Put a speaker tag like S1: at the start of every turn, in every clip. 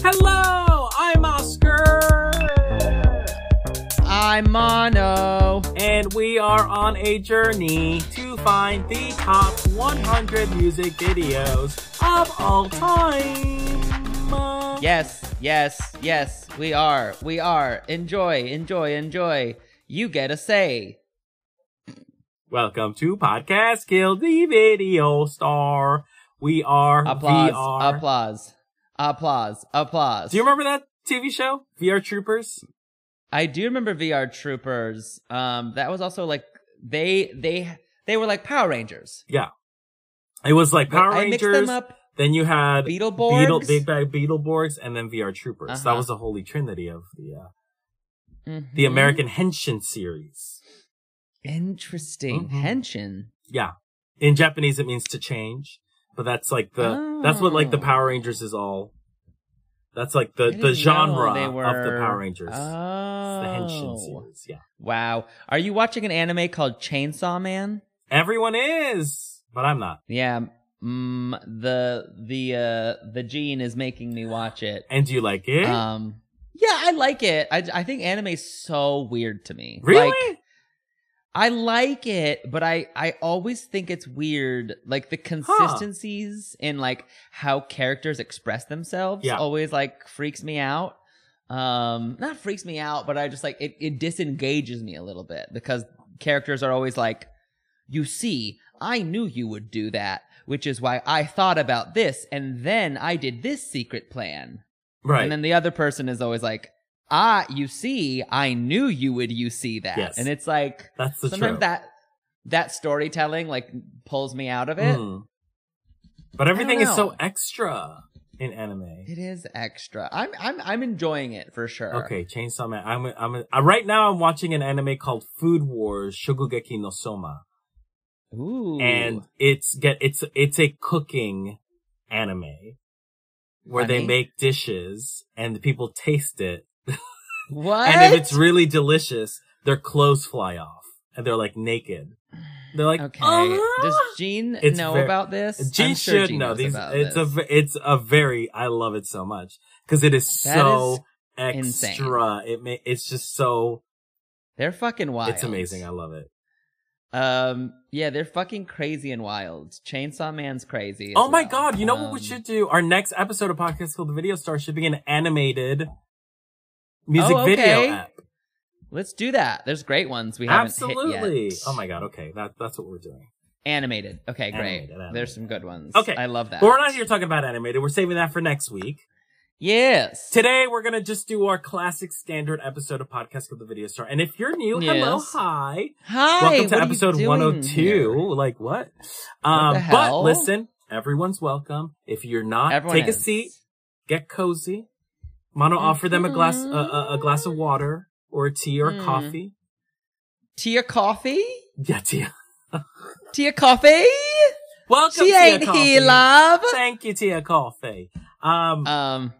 S1: Hello, I'm Oscar.
S2: I'm Mono.
S1: And we are on a journey to find the top 100 music videos of all time.
S2: Yes, yes, yes, we are. We are. Enjoy, enjoy, enjoy. You get a say.
S1: Welcome to Podcast Kill the Video Star. We are
S2: Applause,
S1: VR.
S2: applause, applause, applause.
S1: Do you remember that TV show, VR Troopers?
S2: I do remember VR Troopers. Um, that was also like they they they were like Power Rangers.
S1: It was like Power
S2: I mixed
S1: Rangers.
S2: them up.
S1: Then you had
S2: Beetleborgs.
S1: Beetle, Big Bag Beetleborgs, and then VR Troopers. That
S2: Uh-huh.
S1: was the holy trinity of the uh,
S2: Mhm.
S1: the American Henshin series.
S2: Interesting.
S1: Mhm.
S2: Henshin.
S1: Yeah. In Japanese, it means to change, but that's like the, that's what like the
S2: Oh.
S1: Power Rangers is all. That's like the,
S2: I
S1: the
S2: didn't
S1: genre
S2: know they
S1: of the
S2: were-
S1: Power Rangers. It's the
S2: Oh.
S1: Henshin series. Yeah.
S2: Wow. Are you watching an anime called Chainsaw Man?
S1: Everyone is, but I'm not.
S2: Yeah. Mm, the the uh the gene is making me watch it.
S1: And do you like it?
S2: Um yeah, I like it. I I think anime's so weird to me.
S1: really?
S2: Like, I like it, but I I always think it's weird. Like the consistencies in like how characters express themselves
S1: Yeah.
S2: always like freaks me out. Um not freaks me out, but I just like it it disengages me a little bit because characters are always like you see, I knew you would do that, which is why I thought about this and then I did this secret plan.
S1: right.
S2: And then the other person is always like, "Ah, you see, I knew you would you see that."
S1: Yes.
S2: And it's like
S1: that's the
S2: sometimes
S1: truth.
S2: that that storytelling like pulls me out of it.
S1: Mm. But everything is so
S2: know.
S1: extra in anime.
S2: It is extra. I'm I'm I'm enjoying it for sure.
S1: Okay, Chainsaw Man. I'm I'm uh, right now. I'm watching an anime called Food Wars Shogugeki no Soma,
S2: Ooh.
S1: and it's get it's it's a cooking anime where they
S2: Funny.
S1: make dishes and the people taste it,
S2: what?
S1: and if it's really delicious, their clothes fly off and they're like naked. They're like,
S2: okay.
S1: "Ah!"
S2: Does Jean
S1: It's
S2: know
S1: ver-
S2: about this?
S1: Gene
S2: I'm sure
S1: should
S2: Jean
S1: know
S2: knows
S1: these.
S2: about
S1: It's a
S2: this.
S1: ve- it's a very I love it so much because it is
S2: That
S1: so
S2: is insane.
S1: extra. It may it's just so
S2: They're fucking wild.
S1: it's amazing. I love it.
S2: Um. Yeah, they're fucking crazy and wild. Chainsaw Man's crazy. as
S1: oh my
S2: well.
S1: god! You know what we
S2: Um,
S1: should do? Our next episode of podcast called The Video Star should be an animated music
S2: Oh, okay.
S1: video app.
S2: Let's do that. There's great ones we haven't hit
S1: Absolutely.
S2: yet.
S1: Oh my god. Okay, that that's what we're doing.
S2: Animated. Okay, great.
S1: Animated, animated.
S2: There's some good ones.
S1: Okay.
S2: I love that.
S1: But we're not here talking about animated. We're saving that for next week.
S2: Yes.
S1: Today we're gonna just do our classic standard episode of podcast called The Video Star. And if you're new, hello,
S2: Yes.
S1: hi.
S2: Hi.
S1: Welcome
S2: what
S1: to
S2: are you
S1: episode
S2: doing
S1: 102.
S2: here?
S1: Like what?
S2: What
S1: Um,
S2: the
S1: but
S2: hell?
S1: listen, everyone's welcome. If you're not,
S2: Everyone
S1: Uh, take a
S2: is.
S1: seat, get cozy. Mono, offer them a glass, a, a, a glass of water or a tea or
S2: Mm.
S1: coffee.
S2: Tia Coffee?
S1: Yeah, tea.
S2: Tia Coffee?
S1: Welcome,
S2: she
S1: Tia
S2: ain't
S1: Coffee.
S2: here, love.
S1: Thank you, Tia Coffee. Um,
S2: Um,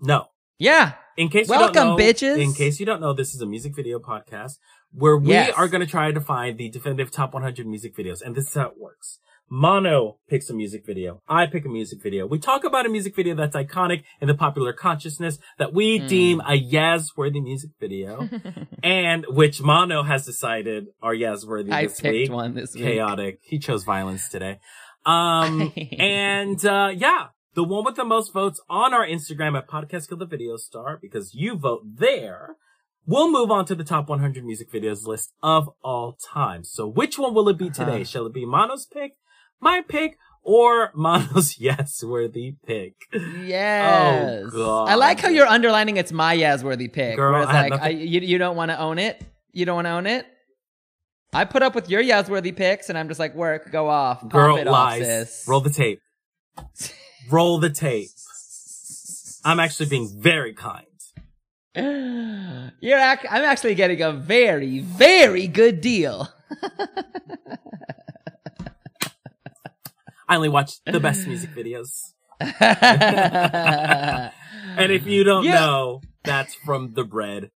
S1: no.
S2: yeah.
S1: In case you
S2: welcome,
S1: don't know,
S2: bitches.
S1: In case you don't know, this is a music video podcast where we
S2: Yes.
S1: are going to try to find the definitive top 100 music videos, and this is how it works. Mono picks a music video. I pick a music video. We talk about a music video that's iconic in the popular consciousness that we
S2: Mm.
S1: deem a Yaz-worthy music video, and which Mono has decided are Yaz-worthy
S2: I
S1: this
S2: picked
S1: week.
S2: one this week.
S1: Chaotic. He chose violence today. Um, and uh, yeah, the one with the most votes on our Instagram at Podcast Kill the Video Star, because you vote there, we'll move on to the top 100 music videos list of all time. So which one will it be today?
S2: Uh-huh.
S1: Shall it be Mono's pick, my pick, or Mono's yes worthy pick?
S2: Yes.
S1: Oh, God.
S2: I like how you're underlining it's my Yasworthy pick.
S1: Girl,
S2: whereas,
S1: I had
S2: like, I,
S1: nothing-
S2: you, you don't want to own it. You don't want to own it. I put up with your Yasworthy picks, and I'm just like, work, go off, pop
S1: Girl
S2: it off,
S1: lies.
S2: sis.
S1: Roll the tape. Roll the tape. I'm actually being very kind.
S2: You're ac- I'm actually getting a very, very good deal.
S1: I only watch the best music videos. And
S2: and
S1: if you don't
S2: Yeah.
S1: know, that's from the bread.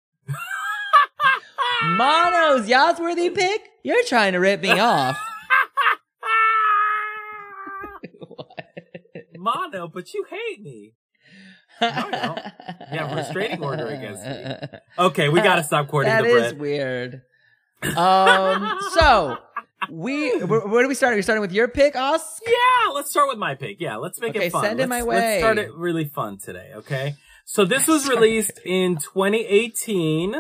S2: Mono's Yasworthy pick, you're trying to rip me off.
S1: Mono, but you hate me. I don't. You have a restraining order against me. Okay, we gotta stop courting
S2: Uh, That
S1: the
S2: is
S1: bread.
S2: weird. Um, so we where, where do we start? Are we starting with your pick, Osk?
S1: Yeah, let's start with my pick. Yeah, let's make
S2: Okay,
S1: it fun.
S2: send
S1: let's,
S2: it my
S1: Let's start
S2: way.
S1: it really fun today, okay? So this was
S2: Sorry.
S1: released in 2018.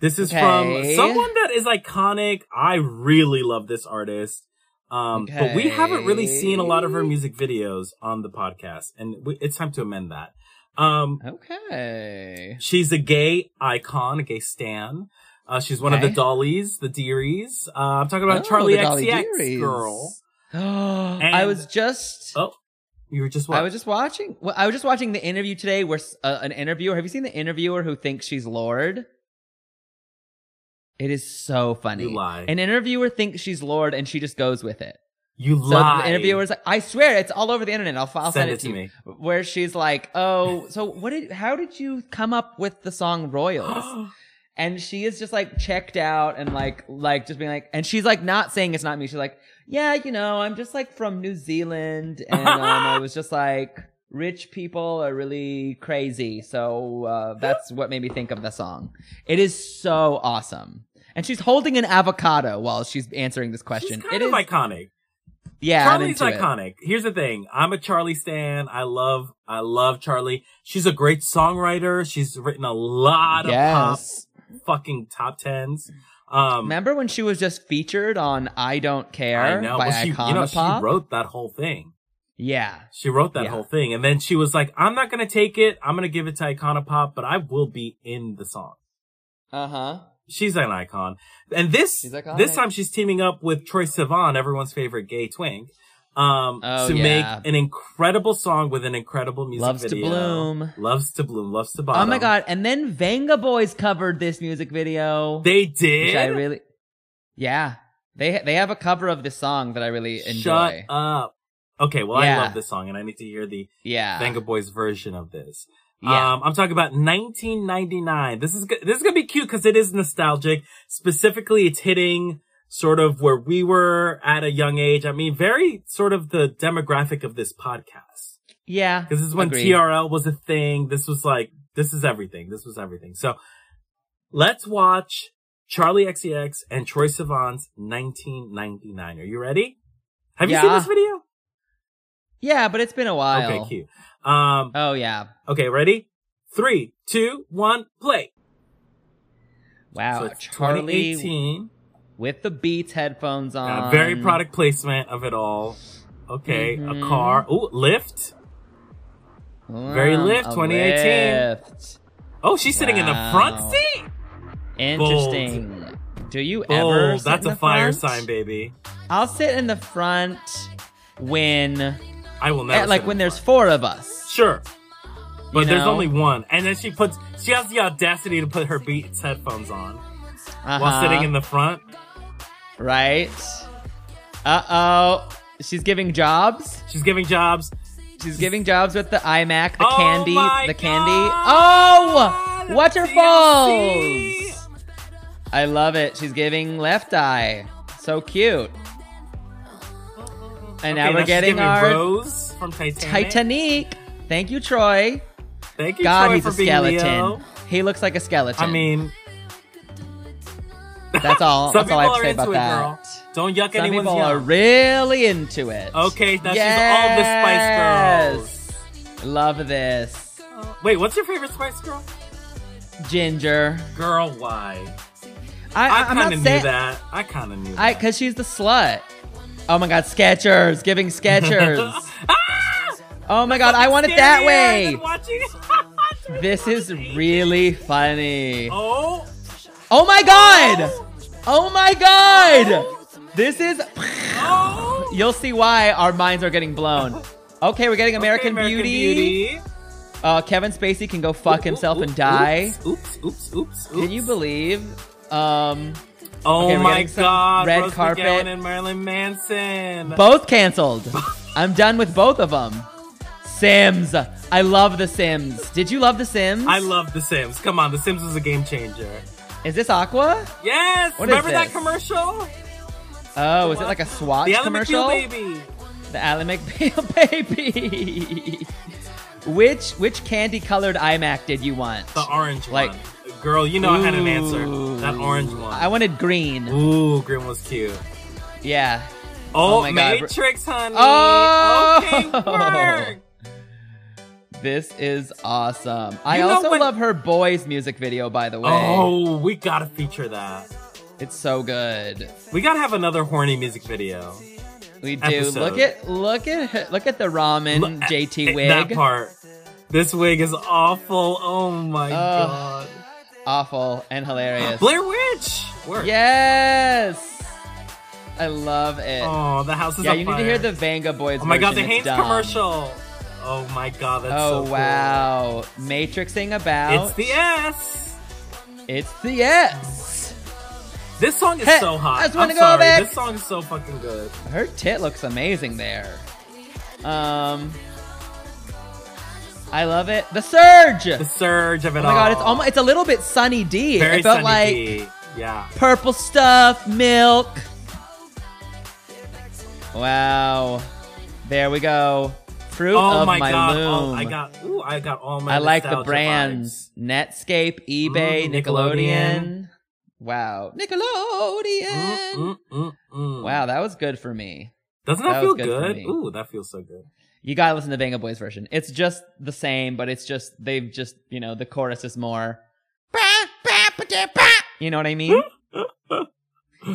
S1: This is
S2: Okay.
S1: from someone that is iconic. I really love this artist. Um, but we haven't really seen a lot of her
S2: Okay.
S1: music videos on the podcast and we, it's time to amend that. Um,
S2: Okay.
S1: She's a gay icon, a gay stan. Uh, she's one
S2: Okay.
S1: of the Dollies, the Dearies. Uh, I'm talking about
S2: Oh,
S1: Charlie
S2: the Dolly
S1: XCX
S2: Dearies.
S1: girl.
S2: I was just
S1: Oh, you were just what?
S2: I was just watching. Well, I was just watching the interview today where s- uh, an interviewer. Have you seen the interviewer who thinks she's Lord? It is so funny.
S1: you lie.
S2: An interviewer thinks she's Lord, and she just goes with it.
S1: you
S2: So
S1: lie.
S2: the interviewer's like, "I swear, it's all over the internet. I'll, I'll
S1: send
S2: send,
S1: it to
S2: you."
S1: me.
S2: Where she's like, "Oh, so what did? How did you come up with the song Royals?" and she is just like checked out and like like just being like, and she's like not saying it's not me. She's like, "Yeah, you know, I'm just like from New Zealand, and um, I was just like." Rich people are really crazy. So uh, that's what made me think of the song. It is so awesome. And she's holding an avocado while she's answering this question.
S1: She's kind
S2: It
S1: of
S2: is-
S1: iconic.
S2: yeah, I'm
S1: Charlie's
S2: into it.
S1: iconic. Here's the thing. I'm a Charlie stan. I love, I love Charlie. She's a great songwriter. She's written a lot of
S2: Yes.
S1: pop fucking top tens. Um,
S2: Remember when she was just featured on "I Don't Care"
S1: I know.
S2: by
S1: Well, she, you
S2: Iconopop?
S1: know, she wrote that whole thing.
S2: yeah,
S1: She wrote that
S2: Yeah.
S1: whole thing. And then she was like, I'm not going to take it. I'm going to give it to Iconopop, but I will be in the song.
S2: uh huh.
S1: She's an icon. And this,
S2: She's iconic.
S1: this time she's teaming up with Troy Sivan, everyone's favorite gay twink, um,
S2: Oh,
S1: to
S2: yeah.
S1: make an incredible song with an incredible music
S2: Loves to
S1: video.
S2: bloom.
S1: Loves to bloom. Loves to
S2: Oh
S1: bottom.
S2: my god! And then Vanga Boys covered this music video,
S1: They
S2: which I
S1: did.
S2: really, yeah, they they have a cover of this song that I really
S1: Shut
S2: enjoy.
S1: up. Okay. Well,
S2: Yeah.
S1: I love this song and I need to hear the
S2: Yeah,
S1: Venga Boys version of this.
S2: yeah.
S1: Um, I'm talking about 1999. This is go- this is gonna be cute because it is nostalgic. Specifically, it's hitting sort of where we were at a young age. I mean, very sort of the demographic of this podcast
S2: yeah.
S1: because this is when
S2: Agreed.
S1: TRL was a thing. This was like this is everything. This was everything. So let's watch Charlie XCX and Troy Sivan's 1999. Are you ready? Have you seen
S2: Yeah.
S1: this video?
S2: Yeah, but it's been a while.
S1: Okay, cute. Um,
S2: Oh yeah.
S1: okay, ready? Three, two, one, play.
S2: Wow.
S1: So it's
S2: Charlie
S1: 2018.
S2: with the Beats headphones on.
S1: Uh, very product placement of it all. Okay,
S2: Mhm.
S1: a car. Ooh, Lyft. very
S2: Mm,
S1: Lyft,
S2: a
S1: 2018.
S2: Lyft.
S1: Oh, she's sitting in the
S2: Wow.
S1: front seat.
S2: Interesting. Do you ever?
S1: Oh,
S2: sit
S1: that's
S2: in
S1: a
S2: the
S1: fire
S2: front?
S1: sign, baby.
S2: I'll sit in the front when, eh,
S1: I will never.
S2: like,
S1: sit
S2: when
S1: in the
S2: there's four of us.
S1: front. sure, but there's
S2: know?
S1: only one, and then she puts. She has the audacity to put her Beats headphones on
S2: Uh-huh.
S1: while sitting in the front.
S2: right. Uh oh, she's giving jobs.
S1: She's giving jobs.
S2: She's giving jobs with the iMac, the
S1: Oh
S2: candy,
S1: my
S2: the candy.
S1: God!
S2: Oh, waterfalls.
S1: DLC!
S2: I love it. She's giving left eye. So cute. And now
S1: Okay,
S2: we're
S1: she's
S2: getting
S1: giving
S2: our
S1: Rose from Titanic.
S2: Titanic. Thank you, Troy.
S1: Thank you,
S2: God,
S1: Troy,
S2: he's
S1: for
S2: a
S1: being
S2: skeleton.
S1: Leo.
S2: He looks like a skeleton.
S1: I mean,
S2: that's all.
S1: Some
S2: that's all I have
S1: people
S2: to
S1: are
S2: say about
S1: into it,
S2: that.
S1: girl. Don't yuck
S2: Some
S1: anyone's
S2: people are
S1: yum.
S2: really into it.
S1: Okay, now she's all the Spice
S2: Yes. Love this.
S1: Girls. Wait, what's your favorite Spice Girl?
S2: Ginger.
S1: Girl, why? I,
S2: I, I, am
S1: kind
S2: not
S1: of knew
S2: saying,
S1: that. I kind of knew
S2: I
S1: that.
S2: because she's the slut. Oh my god, Skechers giving Skechers.
S1: Ah!
S2: oh my god, I want it that
S1: Scarier
S2: way.
S1: than watching-
S2: This is really funny. Oh,
S1: Oh,
S2: my god. Oh my god. This is.
S1: oh.
S2: You'll see why our minds are getting blown. Okay, we're getting
S1: Okay,
S2: American, Beauty. Uh, Kevin Spacey can go fuck himself
S1: Ooh,
S2: and
S1: oops,
S2: die.
S1: Oops, oops, oops, oops.
S2: Can you believe? Um,
S1: Oh
S2: Okay, we're
S1: my
S2: getting some
S1: God!
S2: red
S1: Rose
S2: carpet.
S1: McGowan and Marilyn Manson.
S2: both canceled. I'm done with both of them. Sims. I love The Sims. Did you love The Sims?
S1: I love The Sims. Come on, The Sims was a game changer.
S2: Is this Aqua?
S1: Yes.
S2: What is
S1: Remember that
S2: this?
S1: commercial?
S2: Oh, is it like a Swatch
S1: the Ellen
S2: commercial?
S1: McBeal baby.
S2: The Alan McBeal baby. Which which candy colored iMac did you want?
S1: The orange
S2: Like-
S1: one. Girl, you know I had an answer.
S2: Ooh.
S1: That orange one.
S2: I wanted green.
S1: Ooh, Grim was cute.
S2: Yeah.
S1: Oh,
S2: Oh my God.
S1: Matrix, honey.
S2: Oh!
S1: Okay, work.
S2: This is awesome. I
S1: You know
S2: also
S1: when-
S2: love her boys music video, by the way.
S1: Oh, we gotta feature that.
S2: It's so good.
S1: We gotta have another horny music video.
S2: We do.
S1: Episode.
S2: Look at look at her- look at the ramen
S1: Look at-
S2: JT
S1: at
S2: wig.
S1: eh, That part. This wig is awful. Oh my
S2: Ugh. Awful and
S1: god.
S2: hilarious.
S1: Blair Witch. Work.
S2: yes. I love it.
S1: Oh, the house is
S2: yeah,
S1: on
S2: you
S1: fire.
S2: need to hear the Vanga Boys.
S1: Oh my god, the
S2: version. It's
S1: Haynes
S2: dumb.
S1: commercial. Oh my god, that's
S2: oh
S1: so cool.
S2: wow, matrixing about
S1: It's the S.
S2: It's the S.
S1: This song is
S2: Hey,
S1: so hot.
S2: I just wanna
S1: am
S2: go
S1: sorry.
S2: back.
S1: This song is so fucking good.
S2: Her tit looks amazing there. Um, I love it. The surge.
S1: The surge of it
S2: oh
S1: all.
S2: my god, it's almost it's a little bit Sunny D.
S1: very
S2: it felt
S1: Sunny
S2: like
S1: D. Yeah.
S2: purple stuff, milk. Wow, there we go. Fruit
S1: oh
S2: of
S1: my,
S2: my,
S1: god.
S2: loom.
S1: Oh, I got ooh, I got all my
S2: I like the
S1: nostalgia
S2: brands: Netscape, eBay,
S1: Mm,
S2: Nickelodeon.
S1: Nickelodeon.
S2: Wow,
S1: vibes.
S2: Nickelodeon.
S1: Mm, mm, mm, mm.
S2: Wow, that was good for me.
S1: Doesn't
S2: That
S1: that, feel
S2: was
S1: good?
S2: good for me.
S1: Ooh, that feels so good.
S2: You gotta listen to Banga Boys version. It's just the same, but it's just they've just you know the chorus is more. "Bah, bah, bah, da, bah." You know what I mean?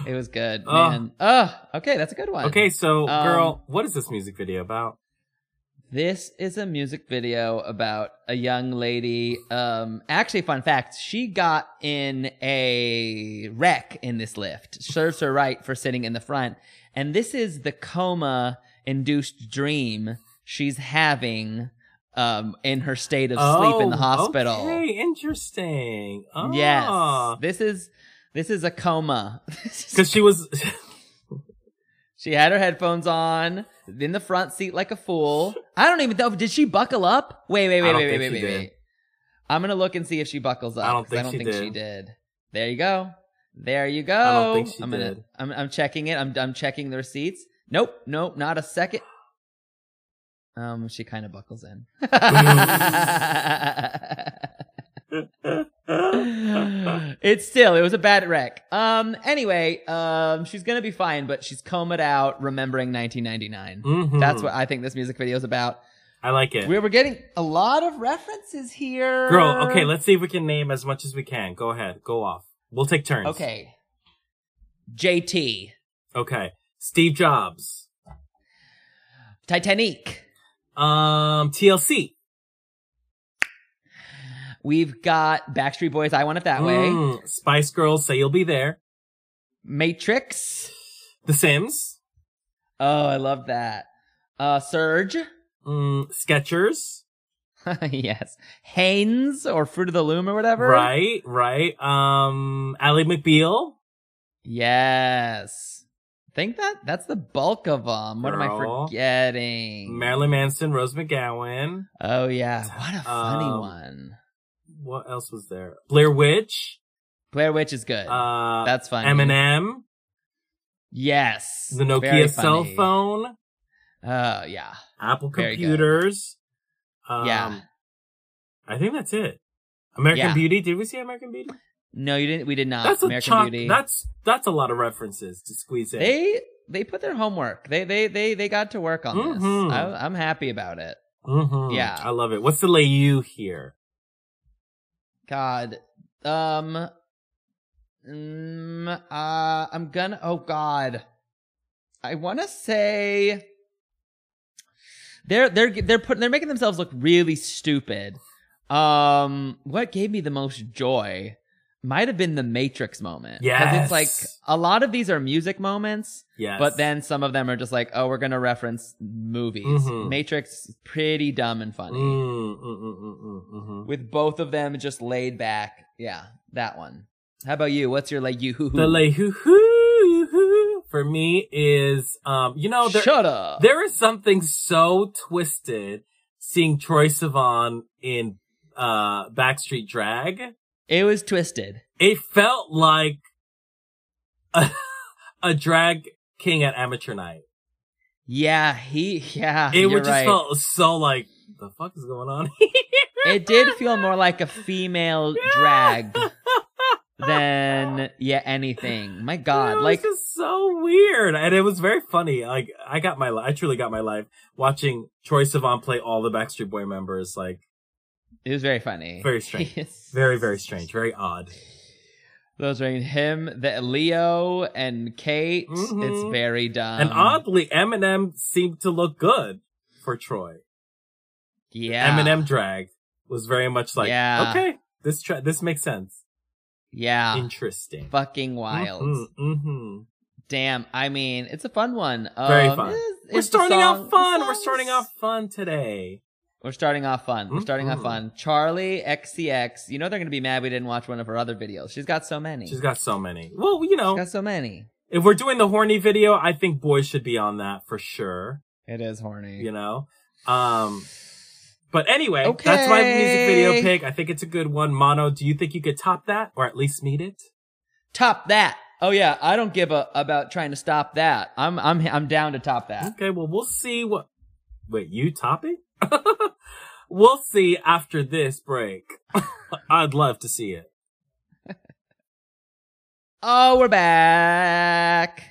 S2: it was good,
S1: Oh.
S2: man. Oh, okay, that's a good one.
S1: Okay, so
S2: Um,
S1: girl, what is this music video about?
S2: This is a music video about a young lady. Um, actually, fun fact: she got in a wreck in this lift. Serves her right for sitting in the front. And this is the coma-induced dream she's having um, in her state of sleep in the
S1: Oh,
S2: hospital.
S1: Okay, Ah. interesting.
S2: Yes, this is this is a coma.
S1: Because she was
S2: she had her headphones on in the front seat like a fool. I don't even know. Did she buckle up? Wait, wait,
S1: I
S2: wait,
S1: don't
S2: wait, wait,
S1: think
S2: wait,
S1: she
S2: wait,
S1: did.
S2: wait. I'm gonna look and see if she buckles up.
S1: I don't
S2: 'cause
S1: think she
S2: she
S1: did.
S2: did. There you go. There you go.
S1: I don't think she
S2: am gonna,
S1: did.
S2: I'm, I'm checking it. I'm, I'm checking the receipts. Nope, nope, not a second. Um, she kind of buckles in. it's still it was a bad wreck. Um anyway, um she's going to be fine but she's combed out remembering 1999.
S1: Mhm.
S2: That's what I think this music video is about.
S1: I like it.
S2: We were getting a lot of references here.
S1: Girl, okay, let's see if we can name as much as we can. Go ahead. Go off. We'll take turns.
S2: Okay. JT,
S1: Okay. Steve Jobs.
S2: Titanic.
S1: Um TLC.
S2: We've got Backstreet Boys I Want It That Way,
S1: Mm, Spice Girls say you'll be there.
S2: Matrix.
S1: The Sims.
S2: Oh, I love that. Uh Surge.
S1: Mm, Skechers.
S2: yes. Haynes or Fruit of the Loom or whatever.
S1: Right, right. Um Ally McBeal.
S2: Yes. think that that's the bulk of them. What am I
S1: Girl.
S2: forgetting?
S1: Marilyn Manson, Rose McGowan.
S2: oh yeah, what a funny
S1: Um,
S2: one.
S1: What else was there? Blair Witch.
S2: Blair Witch is good.
S1: Uh,
S2: that's funny.
S1: Eminem.
S2: Yes.
S1: The
S2: very
S1: Nokia cell
S2: funny.
S1: phone.
S2: Oh yeah.
S1: Apple
S2: Very good.
S1: computers. Um,
S2: Yeah.
S1: I think that's it. American
S2: Yeah.
S1: Beauty. Did we see American Beauty?
S2: No, you didn't. We did not.
S1: that's a
S2: American
S1: chock-
S2: Beauty.
S1: That's that's a lot of references to squeeze in.
S2: they they put their homework. They they they they got to work on
S1: Mhm.
S2: this. I, I'm happy about it.
S1: Mhm.
S2: Yeah.
S1: I love it. What's the lay you here?
S2: God. Um. mm, uh, I'm gonna. Oh God. I want to say. They're they're they're putting they're making themselves look really stupid. Um, what gave me the most joy might have been the Matrix moment. 'Cause
S1: Yes.
S2: it's like a lot of these are music moments,
S1: Yes.
S2: but then some of them are just like, oh, we're gonna reference movies.
S1: Mhm.
S2: Matrix, is pretty dumb and funny
S1: Mm, mm, mm, mm, mm, mhm.
S2: with both of them just laid back. Yeah, that one. How about you? What's your like you hoo
S1: The lay hoo hoo hoo for me is um you know there
S2: Shut up.
S1: There is something so twisted seeing Troy Sivan in uh Backstreet Drag.
S2: It was twisted.
S1: It felt like a, a drag king at amateur night.
S2: Yeah, he yeah.
S1: It
S2: Ah, you're
S1: would just
S2: right.
S1: felt so like the fuck is going on?
S2: It did feel more like a female drag than yeah anything. My God,
S1: It
S2: like
S1: was just so weird, and it was very funny. Like I got my, I truly got my life watching Troy Sivan play all the Backstreet Boy members. Like
S2: it was very funny.
S1: Very strange.
S2: Yes.
S1: very, very strange, very odd.
S2: Those are him, the Leo and Kate.
S1: Mhm.
S2: It's very dumb
S1: and oddly, Eminem seemed to look good for Troy.
S2: Yeah,
S1: Eminem drag was very much like,
S2: Yeah.
S1: okay, this tra- this makes sense.
S2: Yeah,
S1: Mm-hmm. Interesting.
S2: fucking wild.
S1: hmm hmm
S2: Damn. I mean, it's a fun one.
S1: Very
S2: Um,
S1: fun.
S2: it's-
S1: We're
S2: it's the
S1: starting
S2: song-
S1: off
S2: the
S1: fun. We're
S2: songs-
S1: starting off fun today.
S2: We're starting off fun. We're starting off
S1: Mhm.
S2: fun. Charlie XCX. You know they're gonna be mad we didn't watch one of her other videos. She's got so many.
S1: She's got so many. Well, you know,
S2: She's got so many.
S1: if we're doing the horny video, I think boys should be on that for sure.
S2: It is horny.
S1: You know, um, but anyway, that's my music video
S2: Okay.
S1: pick. I think it's a good one. Mono, do you think you could top that or at least meet it?
S2: Top that. Oh yeah, I don't give a about trying to stop that. I'm I'm I'm down to top that.
S1: Okay, well, we'll see what. Wait, you top it? we'll see after this break. I'd love to see it.
S2: Oh, we're back.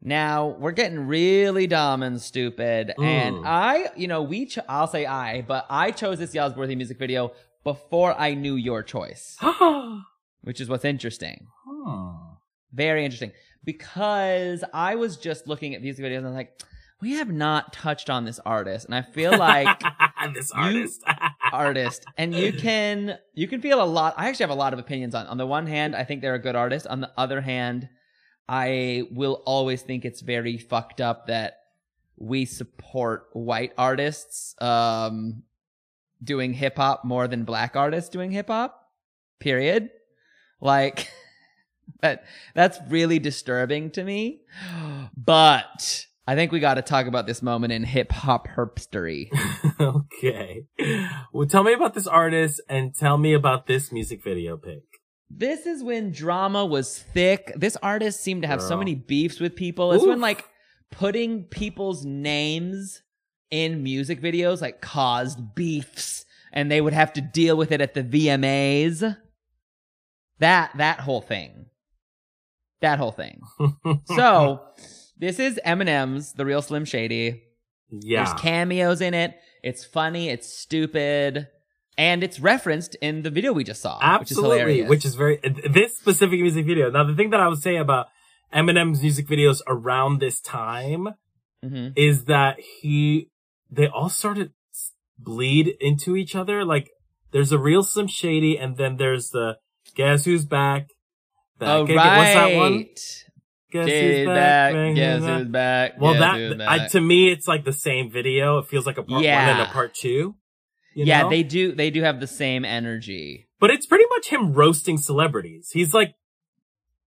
S2: Now we're getting really dumb and stupid.
S1: Mm.
S2: And I, you know, we cho- I'll say I, but I chose this Yalsworthy music video before I knew your choice,
S1: hmm.
S2: which is what's interesting. Very interesting. Because I was just looking at music videos and I'm like, we have not touched on this artist. And I feel like
S1: this artist.
S2: artist and you can you can feel a lot I actually have a lot of opinions on. On the one hand, I think they're a good artist. On the other hand, I will always think it's very fucked up that we support white artists um doing hip hop more than black artists doing hip hop. Period. Like that that's really disturbing to me. But I think we got to talk about this moment in hip hop herpstery.
S1: okay. Well, tell me about this artist and tell me about this music video pick.
S2: This is when drama was thick. This artist seemed to have so
S1: Girl.
S2: many beefs with people. It's when
S1: Oof.
S2: like putting people's names in music videos like caused beefs and they would have to deal with it at the VMAs. That that whole thing. That whole thing. So, this is Eminem's The Real Slim Shady.
S1: yeah.
S2: There's cameos in it. It's funny, it's stupid, and it's referenced in the video we just saw, which is
S1: Absolutely.
S2: hilarious.
S1: Which is very, this specific music video. Now, the thing that I would say about Eminem's music videos around this time
S2: hmm
S1: is that he they all started s- bleed into each other. Like there's a real Slim Shady, and then there's the guess who's back. back
S2: Oh,
S1: again.
S2: right.
S1: What's that one? Guess
S2: Did
S1: who's back.
S2: back.
S1: bang,
S2: Guess
S1: bang,
S2: who's
S1: bang.
S2: back.
S1: Well,
S2: Guess who's
S1: that I,
S2: back.
S1: to me, it's like the same video. It feels like a part one and
S2: Yeah.
S1: a part two. you
S2: yeah,
S1: know?
S2: they do. They do have the same energy.
S1: But it's pretty much him roasting celebrities. He's like,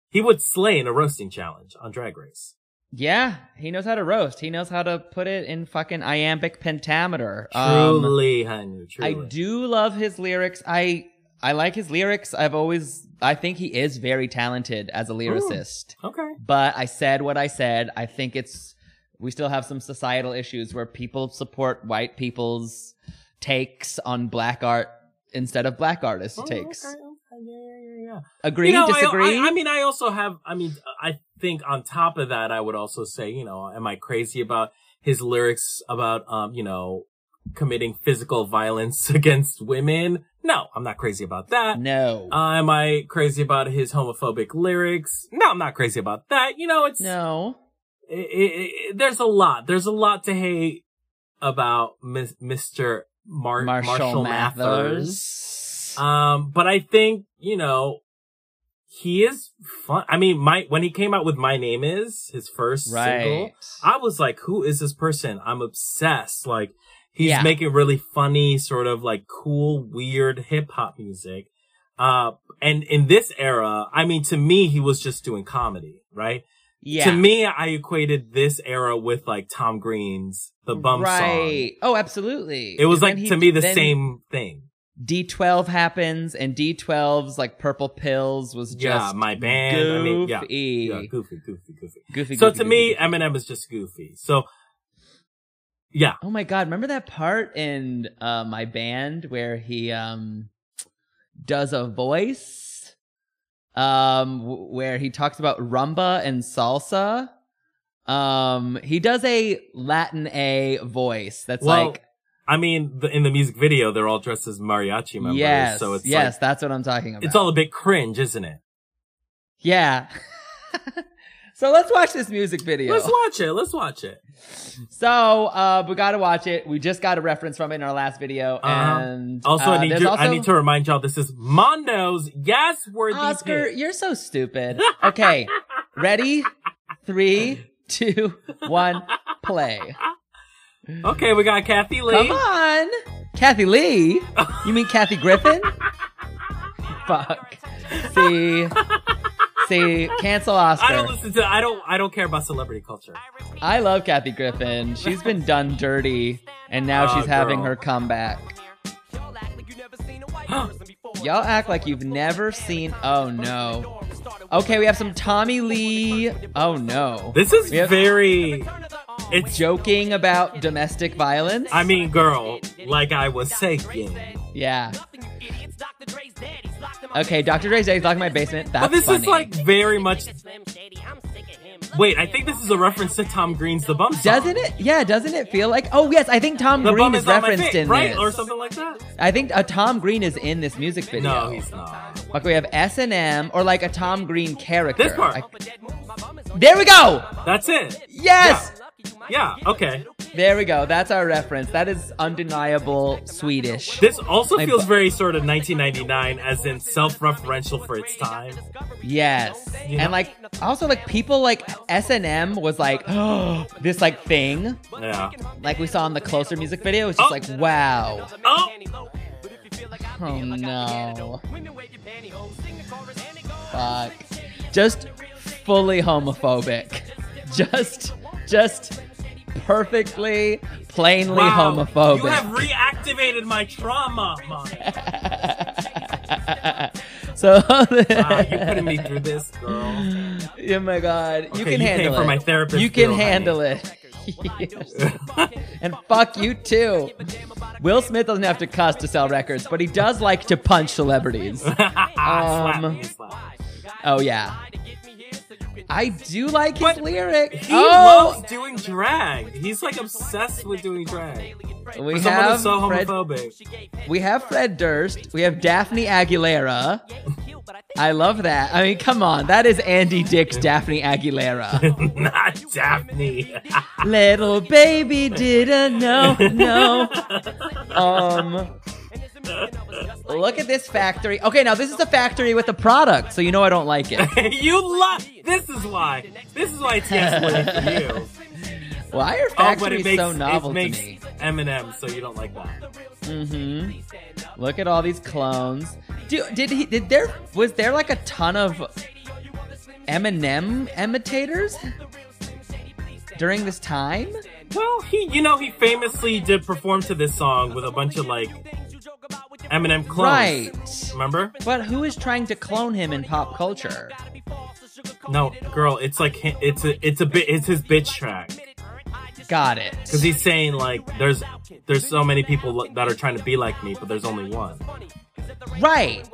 S1: he would slay in a roasting challenge on Drag Race.
S2: Yeah, he knows how to roast. He knows how to put it in fucking iambic pentameter. Um,
S1: Truly, honey. Truly.
S2: I do love his lyrics. I I like his lyrics. I've always I think he is very talented as a lyricist.
S1: Okay.
S2: But I said what I said. I think it's we still have some societal issues where people support white people's takes on black art instead of black artists'
S1: Oh,
S2: takes.
S1: okay, okay, Yeah, yeah, yeah, yeah.
S2: Agree?
S1: You know, I-
S2: disagree?
S1: I, I, mean, I also have. I mean, I think on top of that, I would also say, you know, am I crazy about his lyrics about, um, you know, committing physical violence against women? No, I'm not crazy about that.
S2: no.
S1: Uh, am I crazy about his homophobic lyrics? No, I'm not crazy about that. You know, it's
S2: no.
S1: i i i there's a lot. There's a lot to hate about Mis- Mr. Mar-
S2: Marshall, Uh,
S1: Marshall Mathers.
S2: Mathers.
S1: Um, but I think, you know, he is fun. I mean, my, when he came out with My Name Is, his first single,
S2: right.
S1: I was like, who is this person? I'm obsessed. Like, he's
S2: Yeah.
S1: making really funny, sort of like cool, weird hip hop music. Uh, and in this era, I mean, to me, he was just doing comedy, right?
S2: yeah.
S1: To me, I equated this era with like Tom Green's The Bum Song.
S2: right. Oh, absolutely.
S1: It was
S2: Then
S1: like,
S2: he-
S1: to me, the
S2: then
S1: same thing.
S2: D12 happens, and D12's like purple pills was just
S1: Yeah, my band.
S2: Goofy.
S1: I mean, yeah. Yeah, goofy, goofy, goofy.
S2: goofy.
S1: so
S2: goofy,
S1: to me,
S2: goofy.
S1: Eminem is just goofy. So Yeah.
S2: Oh my god, remember that part in uh, my band where he um does a voice um w- where he talks about rumba and salsa. Um he does a Latin A voice that's
S1: Well,
S2: like
S1: I mean, the, in the music video, they're all dressed as mariachi members.
S2: yes,
S1: so it's
S2: yes, that's what I'm talking about.
S1: like, it's all a bit cringe, isn't it?
S2: Yeah. so let's watch this music video.
S1: Let's watch it. Let's watch it.
S2: So uh, we got to watch it. We just got a reference from it in our last video,
S1: Uh-huh.
S2: and
S1: Also,
S2: uh,
S1: I need
S2: there's
S1: to,
S2: also
S1: I need to remind y'all this is Mondo's yes worthy
S2: Oscar. You're so stupid. Okay, ready? Three, two, one, play.
S1: Okay, we got Kathy Lee.
S2: Come on, Kathy Lee. You mean Kathy Griffin? Fuck. See, see, cancel Oscar.
S1: I don't listen to. I don't. I don't care about celebrity culture.
S2: I love Kathy Griffin. She's been done dirty, and now
S1: Oh,
S2: she's having
S1: girl.
S2: her comeback.
S3: Y'all act like you've never seen. Oh no.
S2: Okay, we have some Tommy Lee. Oh no.
S1: This is
S2: Yep.
S1: very. It's.
S2: Joking about domestic violence?
S1: I mean, girl, like I was saying.
S2: yeah. Okay, Dr. Dre's Day's locked in my basement. That's
S1: But this
S2: funny.
S1: is like very much. Wait, I think this is a reference to Tom Green's The Bum song.
S2: Doesn't it? Yeah, doesn't it feel like? Oh yes, I think Tom
S1: The
S2: Green
S1: Bum
S2: is
S1: is on my
S2: referenced
S1: face,
S2: in
S1: right?
S2: this.
S1: Or something like that?
S2: I think a Tom Green is in this music video.
S1: No, he's not.
S2: Like we have S and M or like a Tom Green character.
S1: This part.
S2: I- there we go.
S1: That's it.
S2: Yes.
S1: Yeah, okay.
S2: There we go. That's our reference. That is undeniable Swedish.
S1: This also
S2: My
S1: feels
S2: bu-
S1: very sort of 1999, as in self-referential for its time.
S2: Yes.
S1: Yeah.
S2: And like also like people like S and M was like this like thing
S1: Yeah.
S2: like we saw in the Closer music video. It's just
S1: Oh.
S2: like wow.
S1: Oh,
S2: Oh no. Fuck. Uh, Just fully homophobic. Just just perfectly plainly
S1: wow.
S2: homophobic.
S1: You have reactivated my trauma, mom.
S2: so
S1: Wow, Ah, you putting me through this, girl.
S2: Oh my god, you
S1: Okay,
S2: can
S1: you pay
S2: handle
S1: for
S2: it.
S1: my therapist
S2: you can
S1: bill, honey.
S2: handle it. Yes. and fuck you too. Will Smith doesn't have to cuss to sell records, but he does like to punch celebrities.
S1: Ah, Slap
S2: Um,
S1: me, slap.
S2: Oh yeah. I do like his
S1: But
S2: lyrics.
S1: He
S2: oh,
S1: loves doing drag. He's like obsessed with doing drag.
S2: we
S1: Someone
S2: have
S1: is so
S2: Fred,
S1: homophobic.
S2: we have Fred Durst. We have Daphne Aguilera. I love that. I mean, come on, that is Andy Dick's Daphne Aguilera.
S1: Not Daphne.
S2: Little baby didn't know, no. Um, look at this factory. Okay, now this is a factory with a product, so you know I don't like it.
S1: you love. This is why. This is why it's yes winning for you.
S2: Why are
S1: Oh, but
S2: factories
S1: it makes
S2: so novel
S1: it makes
S2: to me?
S1: Eminem, so you don't like that.
S2: hmm Look at all these clones. Do, did he? Did there? Was there like a ton of Eminem imitators during this time?
S1: Well, he, you know, he famously did perform to this song with a bunch of like Eminem clones.
S2: Right.
S1: Remember?
S2: But who is trying to clone him in pop culture?
S1: No, girl, it's like hi- it's a it's a bit it's his bitch track
S2: Got it.
S1: because he's saying like there's there's so many people lo- that are trying to be like me, but there's only one. Oh,
S2: Right.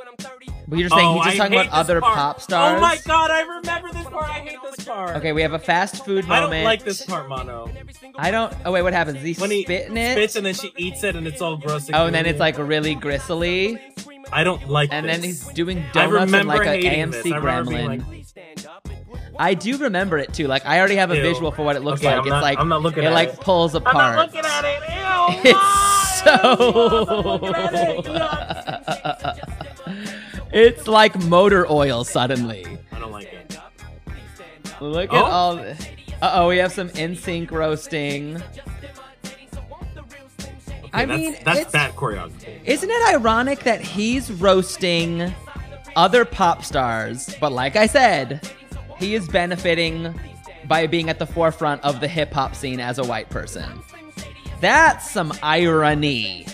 S2: But you're just saying he's just
S1: I
S2: talking
S1: hate
S2: about
S1: this
S2: other
S1: part.
S2: pop stars.
S1: Oh my god, I remember this part. I hate this part.
S2: Okay, we have a fast food
S1: I
S2: moment.
S1: don't like this part, Mono.
S2: I don't. Oh wait, what happens? Is he
S1: When he
S2: spitting it?
S1: spits and then she eats it and it's all gross.
S2: oh, and then
S1: gooey.
S2: it's like really gristly.
S1: I don't like.
S2: And
S1: this.
S2: then he's doing
S1: I
S2: donuts in
S1: remember
S2: like an
S1: hating this.
S2: AMC
S1: I remember being
S2: gremlin.
S1: like,
S2: I do remember it too. Like I already have a
S1: Ew.
S2: visual for what it looks
S1: Okay,
S2: like.
S1: I'm
S2: it's
S1: not-
S2: like
S1: I'm not looking
S2: it
S1: at
S2: like
S1: it.
S2: pulls apart.
S1: I'm not looking at it. Ew,
S2: It's so. it's like motor oil suddenly.
S1: I don't like it.
S2: Look
S1: Oh.
S2: at all. Uh oh, we have some in sync roasting. I
S1: that's,
S2: mean,
S1: that's
S2: it's-
S1: bad choreography.
S2: Isn't it ironic that he's roasting other pop stars? But like I said, he is benefiting by being at the forefront of the hip hop scene as a white person. That's some irony.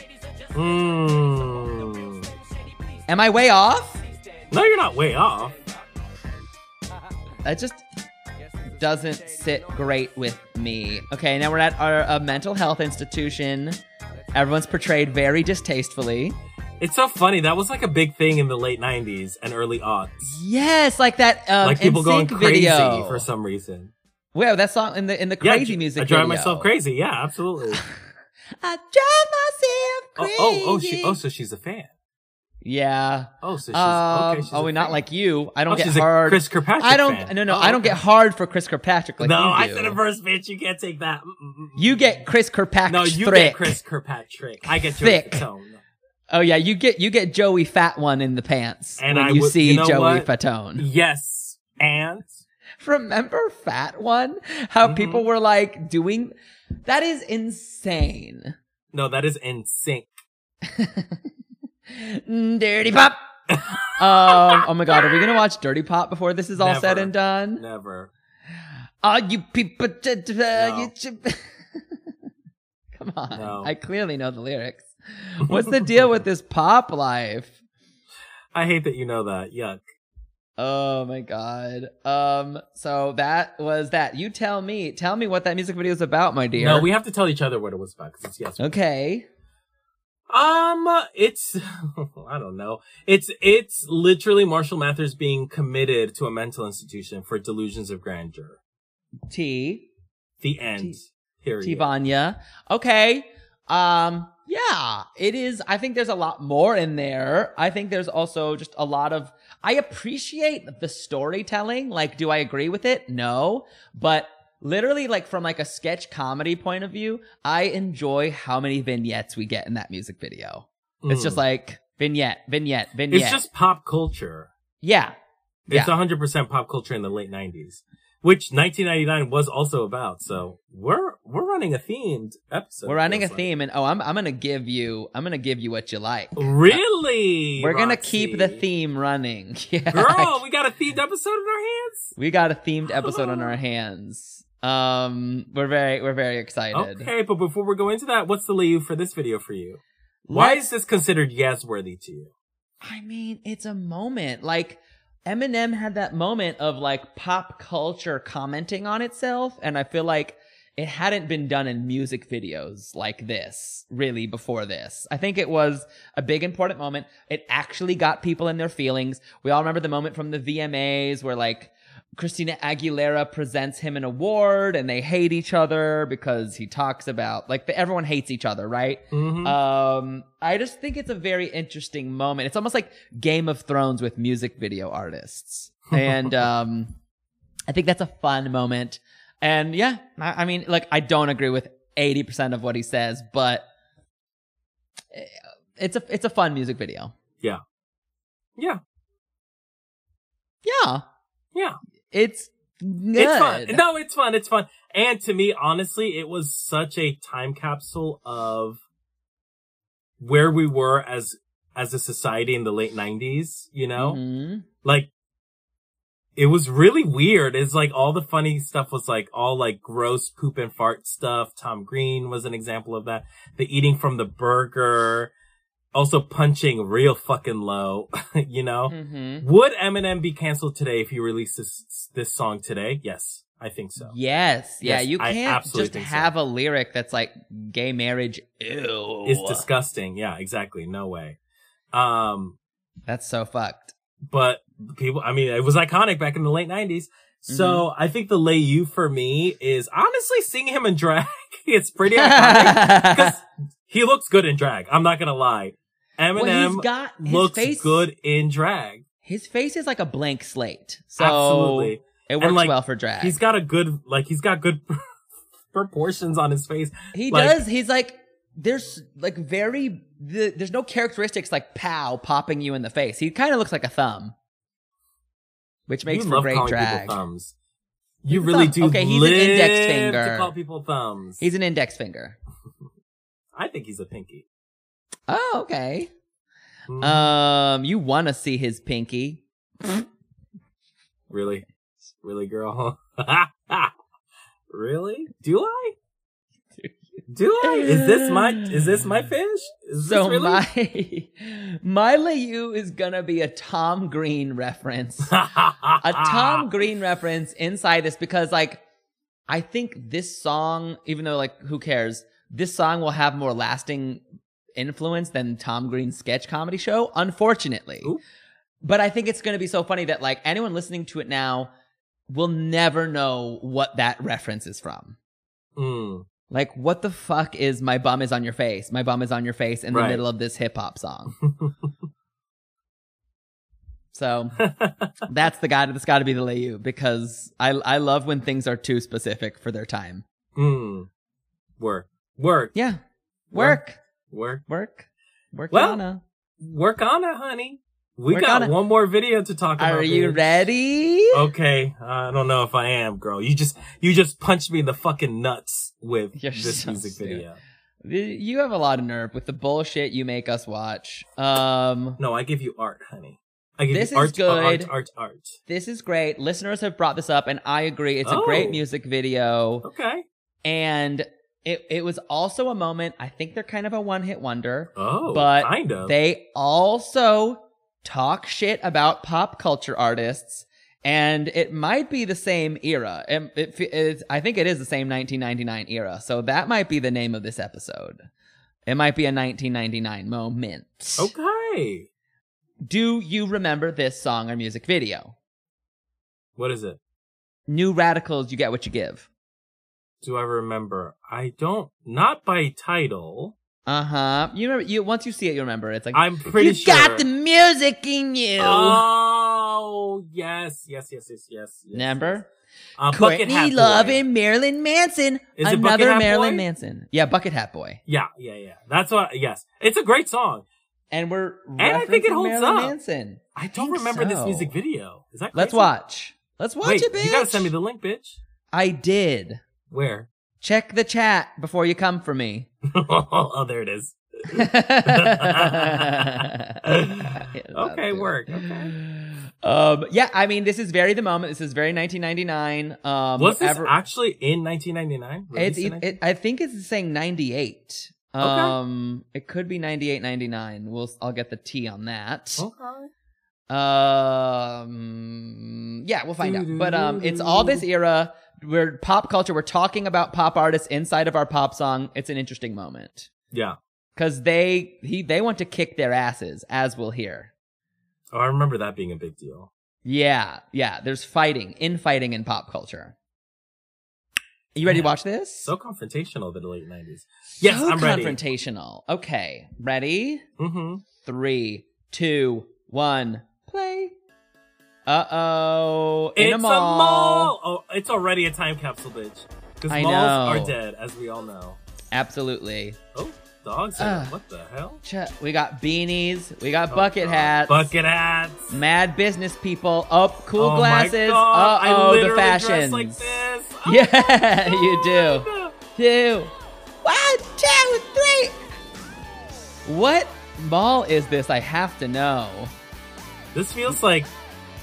S1: Mm.
S2: Am I way off?
S1: No, you're not way off.
S2: I just doesn't sit great with me. Okay, now we're at our a mental health institution. Everyone's portrayed very distastefully.
S1: It's so funny. That was like a big thing in the late '90s and early aughts.
S2: Yes, like that. Um,
S1: Like people going
S2: NSYNC
S1: crazy
S2: video.
S1: for some reason.
S2: Wow, that song in the in the
S1: Yeah,
S2: crazy
S1: I-
S2: music.
S1: I drive
S2: video.
S1: myself crazy. Yeah, absolutely.
S2: I drive
S1: oh,
S2: myself crazy.
S1: oh, oh, she, oh, so she's a fan.
S2: yeah.
S1: Oh, so she's
S2: Um,
S1: okay. She's
S2: oh,
S1: a
S2: we not
S1: fan.
S2: like you. I don't
S1: Oh,
S2: get
S1: she's a
S2: hard.
S1: Chris Kirkpatrick.
S2: I don't.
S1: fan.
S2: No, no,
S1: Oh,
S2: I don't
S1: okay.
S2: get hard for Chris Kirkpatrick. Like
S1: no,
S2: you
S1: I
S2: do.
S1: said a verse, bitch. You can't take that. Mm, Mm-mm-mm.
S2: You get Chris Kirkpatrick.
S1: no, you get Chris Kirkpatrick. I get your
S2: Thick.
S1: tone.
S2: Oh yeah, you get you get Joey Fat One in the pants
S1: And
S2: when
S1: I
S2: you
S1: would-
S2: see
S1: you know
S2: Joey
S1: what?
S2: Fatone.
S1: Yes, and
S2: Remember Fat One? How
S1: Mhm.
S2: people were like doing that is insane.
S1: no, that is in sync.
S2: Mm, Dirty Pop. um, oh my god, are we gonna watch Dirty Pop before this is all said
S1: Never.
S2: and done?
S1: Never.
S2: Are you people? t- t- uh,
S1: No.
S2: you ch- Come on,
S1: No.
S2: I clearly know the lyrics. What's the deal with this pop life?
S1: I hate that you know that. Yuck.
S2: Oh my god. Um so that was that. You tell me. Tell me what that music video is about, my dear.
S1: No, we have to tell each other what it was about. 'cause it's yes.
S2: Okay.
S1: Um, it's I don't know. It's it's literally Marshall Mathers being committed to a mental institution for delusions of grandeur.
S2: T.
S1: The end.
S2: T-
S1: Period.
S2: T Vanya. Okay. Um yeah, it is I think there's a lot more in there. I think there's also just a lot of I appreciate the storytelling. Like do I agree with it? No, but literally like from like a sketch comedy point of view, I enjoy how many vignettes we get in that music video. It's
S1: Mm.
S2: just like vignette, vignette, vignette.
S1: it's just pop culture.
S2: yeah,
S1: It's
S2: Yeah.
S1: 100% pop culture in the late 90s, which 1999 was also about. So we're we're running a themed episode.
S2: we're running a
S1: feels like.
S2: theme, and oh, I'm I'm gonna give you I'm gonna give you what you like.
S1: Really?
S2: We're gonna
S1: Oh, Roxy?
S2: keep the theme running. Yeah,
S1: Girl, we got a themed episode in our hands.
S2: we got a themed episode on our hands. Um, we're very we're very excited.
S1: Okay, but before we go into that, what's the leave for this video for you? Why
S2: Let's-
S1: is this considered yes worthy to you?
S2: I mean, it's a moment. Like Eminem had that moment of like pop culture commenting on itself, and I feel like it hadn't been done in music videos like this really before this. I think it was a big important moment. It actually got people in their feelings. We all remember the moment from the VMAs where like Christina Aguilera presents him an award and they hate each other because he talks about like everyone hates each other, right?
S1: Mhm.
S2: Um, I just think it's a very interesting moment. It's almost like Game of Thrones with music video artists, and um, I think that's a fun moment. And yeah, I, I mean, like I don't agree with eighty percent of what he says, but eh, it's a it's a fun music video.
S1: yeah,
S2: Yeah,
S1: yeah.
S2: it's good.
S1: It's fun. No, it's fun. It's fun. And to me, honestly, it was such a time capsule of where we were as as a society in the late '90s. You know,
S2: Mhm.
S1: like it was really weird. It's like all the funny stuff was like all like gross poop and fart stuff. Tom Green was an example of that. The eating from the burger, also punching real fucking low. you know.
S2: Mhm.
S1: Would Eminem be canceled today if he released this this song today? Yes, I think so.
S2: Yes, yeah,
S1: Yes,
S2: you
S1: I
S2: can't
S1: absolutely
S2: just
S1: think so.
S2: have a lyric that's like gay marriage. Ew,
S1: It's disgusting. Yeah, exactly. No way. Um,
S2: that's so fucked.
S1: but people, I mean, it was iconic back in the late nineties. So
S2: Mm-hmm.
S1: I think the lay you for me is honestly seeing him in drag. It's pretty iconic because he looks good in drag. I'm not gonna lie. Eminem
S2: well, he's got his
S1: looks
S2: face,
S1: good in drag.
S2: His face is like a blank slate, so
S1: Absolutely.
S2: it
S1: And,
S2: works
S1: like,
S2: well for drag.
S1: He's got a good, like, he's got good proportions on his face.
S2: he
S1: like-
S2: does. He's like there's like very the, there's no characteristics like pow popping you in the face. He kind of looks like a thumb, which makes
S1: you
S2: for
S1: love
S2: great
S1: calling
S2: drag.
S1: people thumbs. You really
S2: thumb.
S1: do.
S2: Okay, he's an index
S1: live
S2: finger.
S1: To call people thumbs.
S2: He's an index finger.
S1: I think he's a pinky.
S2: Oh, okay.
S1: Mm,
S2: Um, you want to see his pinky?
S1: really, really, girl. really? Do I? Do I? Is this my is this my fish? Is
S2: So
S1: this really?
S2: my my Liu is gonna be a Tom Green reference. a
S1: Ah.
S2: Tom Green reference inside this because like I think this song, even though like who cares, this song will have more lasting influence than Tom Green's sketch comedy show, unfortunately.
S1: Ooh.
S2: But I think it's gonna be so funny that like anyone listening to it now will never know what that reference is from.
S1: Mm.
S2: Like, what the fuck is my bum is on your face? My bum is on your face in the
S1: Right.
S2: middle of this hip hop song. so that's the guy that's got to be the Layu because I I love when things are too specific for their time.
S1: mm. Work. Work.
S2: Yeah, work,
S1: Work.
S2: work, work.
S1: Well,
S2: Yana.
S1: Work on it, honey. We
S2: Work on
S1: got
S2: it.
S1: one more video to talk about.
S2: are you
S1: babe.
S2: ready?
S1: Oh. Okay, I don't know if I am, girl. You just you just punched me in the fucking nuts with
S2: You're
S1: this
S2: so
S1: music
S2: stupid.
S1: video.
S2: You have a lot of nerve with the bullshit you make us watch. Um.
S1: No, I give you art, honey. I give
S2: This
S1: you art,
S2: is
S1: art,
S2: good.
S1: art, art.
S2: This is great. Listeners have brought this up, and I agree. It's a great
S1: Oh.
S2: music video.
S1: Okay.
S2: and it it was also a moment. I think they're kind of a one hit wonder.
S1: Oh,
S2: But
S1: kind of.
S2: They also talk shit about pop culture artists, and it might be the same era. It, it, fe- it's- I think it is the same 1999 era. So that might be the name of this episode. It might be a 1999 moment.
S1: okay.
S2: Do you remember this song or music video?
S1: What is it?
S2: New Radicals, you get what you give.
S1: Do I remember? I don't. Not by title.
S2: Uh huh. You remember you once you see it, you remember. It's like
S1: I'm pretty
S2: you
S1: sure.
S2: got the music in you.
S1: Oh yes, yes, yes, yes, yes. yes, yes.
S2: Remember?
S1: Uh, Bucket Hat
S2: Courtney
S1: Boy.
S2: Love and Marilyn Manson.
S1: Is it Bucket
S2: Another
S1: Hat
S2: Marilyn
S1: Boy?
S2: Manson. Yeah, Bucket Hat Boy.
S1: Yeah, yeah, yeah. That's what. Yes, it's a great song.
S2: And we're and
S1: I think it holds
S2: Marilyn
S1: up.
S2: Manson.
S1: I don't
S2: think
S1: remember this
S2: so.
S1: music video. Is that?
S2: Let's
S1: crazy?
S2: watch. Let's watch
S1: Wait,
S2: it, bitch.
S1: you gotta send me the link, bitch.
S2: I did.
S1: Where?
S2: Check the chat before you come for me.
S1: oh, there it is. Okay, work,
S2: Okay. Um, yeah, I mean, this is very the moment. This is very 1999. Um,
S1: Was this
S2: whatever-
S1: actually in 1999? Released
S2: It's
S1: in
S2: e- it, I think it's saying 98. Um it could be 98 99. We'll I'll get the T on that.
S1: 1999? okay.
S2: Um yeah, we'll find out. But um it's all this era we're pop culture we're talking about pop artists inside of our pop song. It's an interesting moment
S1: Yeah.
S2: cuz they he they want to kick their asses as we'll hear.
S1: Oh, I remember that being a big deal.
S2: Yeah. Yeah, there's fighting, infighting in pop culture. You ready to
S1: Yeah.
S2: watch this?
S1: So confrontational the late 90s. Yes,
S2: so
S1: I'm ready.
S2: confrontational. Okay, ready?
S1: Mm-hmm.
S2: Three, two, one, play. Uh oh, in
S1: It's
S2: a mall.
S1: Oh, it's already a time capsule, bitch. Because
S2: I
S1: malls
S2: know.
S1: are dead, as we all know.
S2: Absolutely.
S1: Oh, dogs. are-
S2: Ugh.
S1: what the hell?
S2: Ch- we got beanies. We got
S1: Oh,
S2: Ah. bucket
S1: God.
S2: hats.
S1: Bucket hats.
S2: Mad business people. Up, oh, cool
S1: Oh my
S2: glasses. Uh
S1: God, I
S2: oh, the
S1: literally dress
S2: fashions.
S1: Like this. Oh,
S2: yeah, you do.
S1: God.
S2: two, one, two, three. What mall is this? I have to know.
S1: This feels like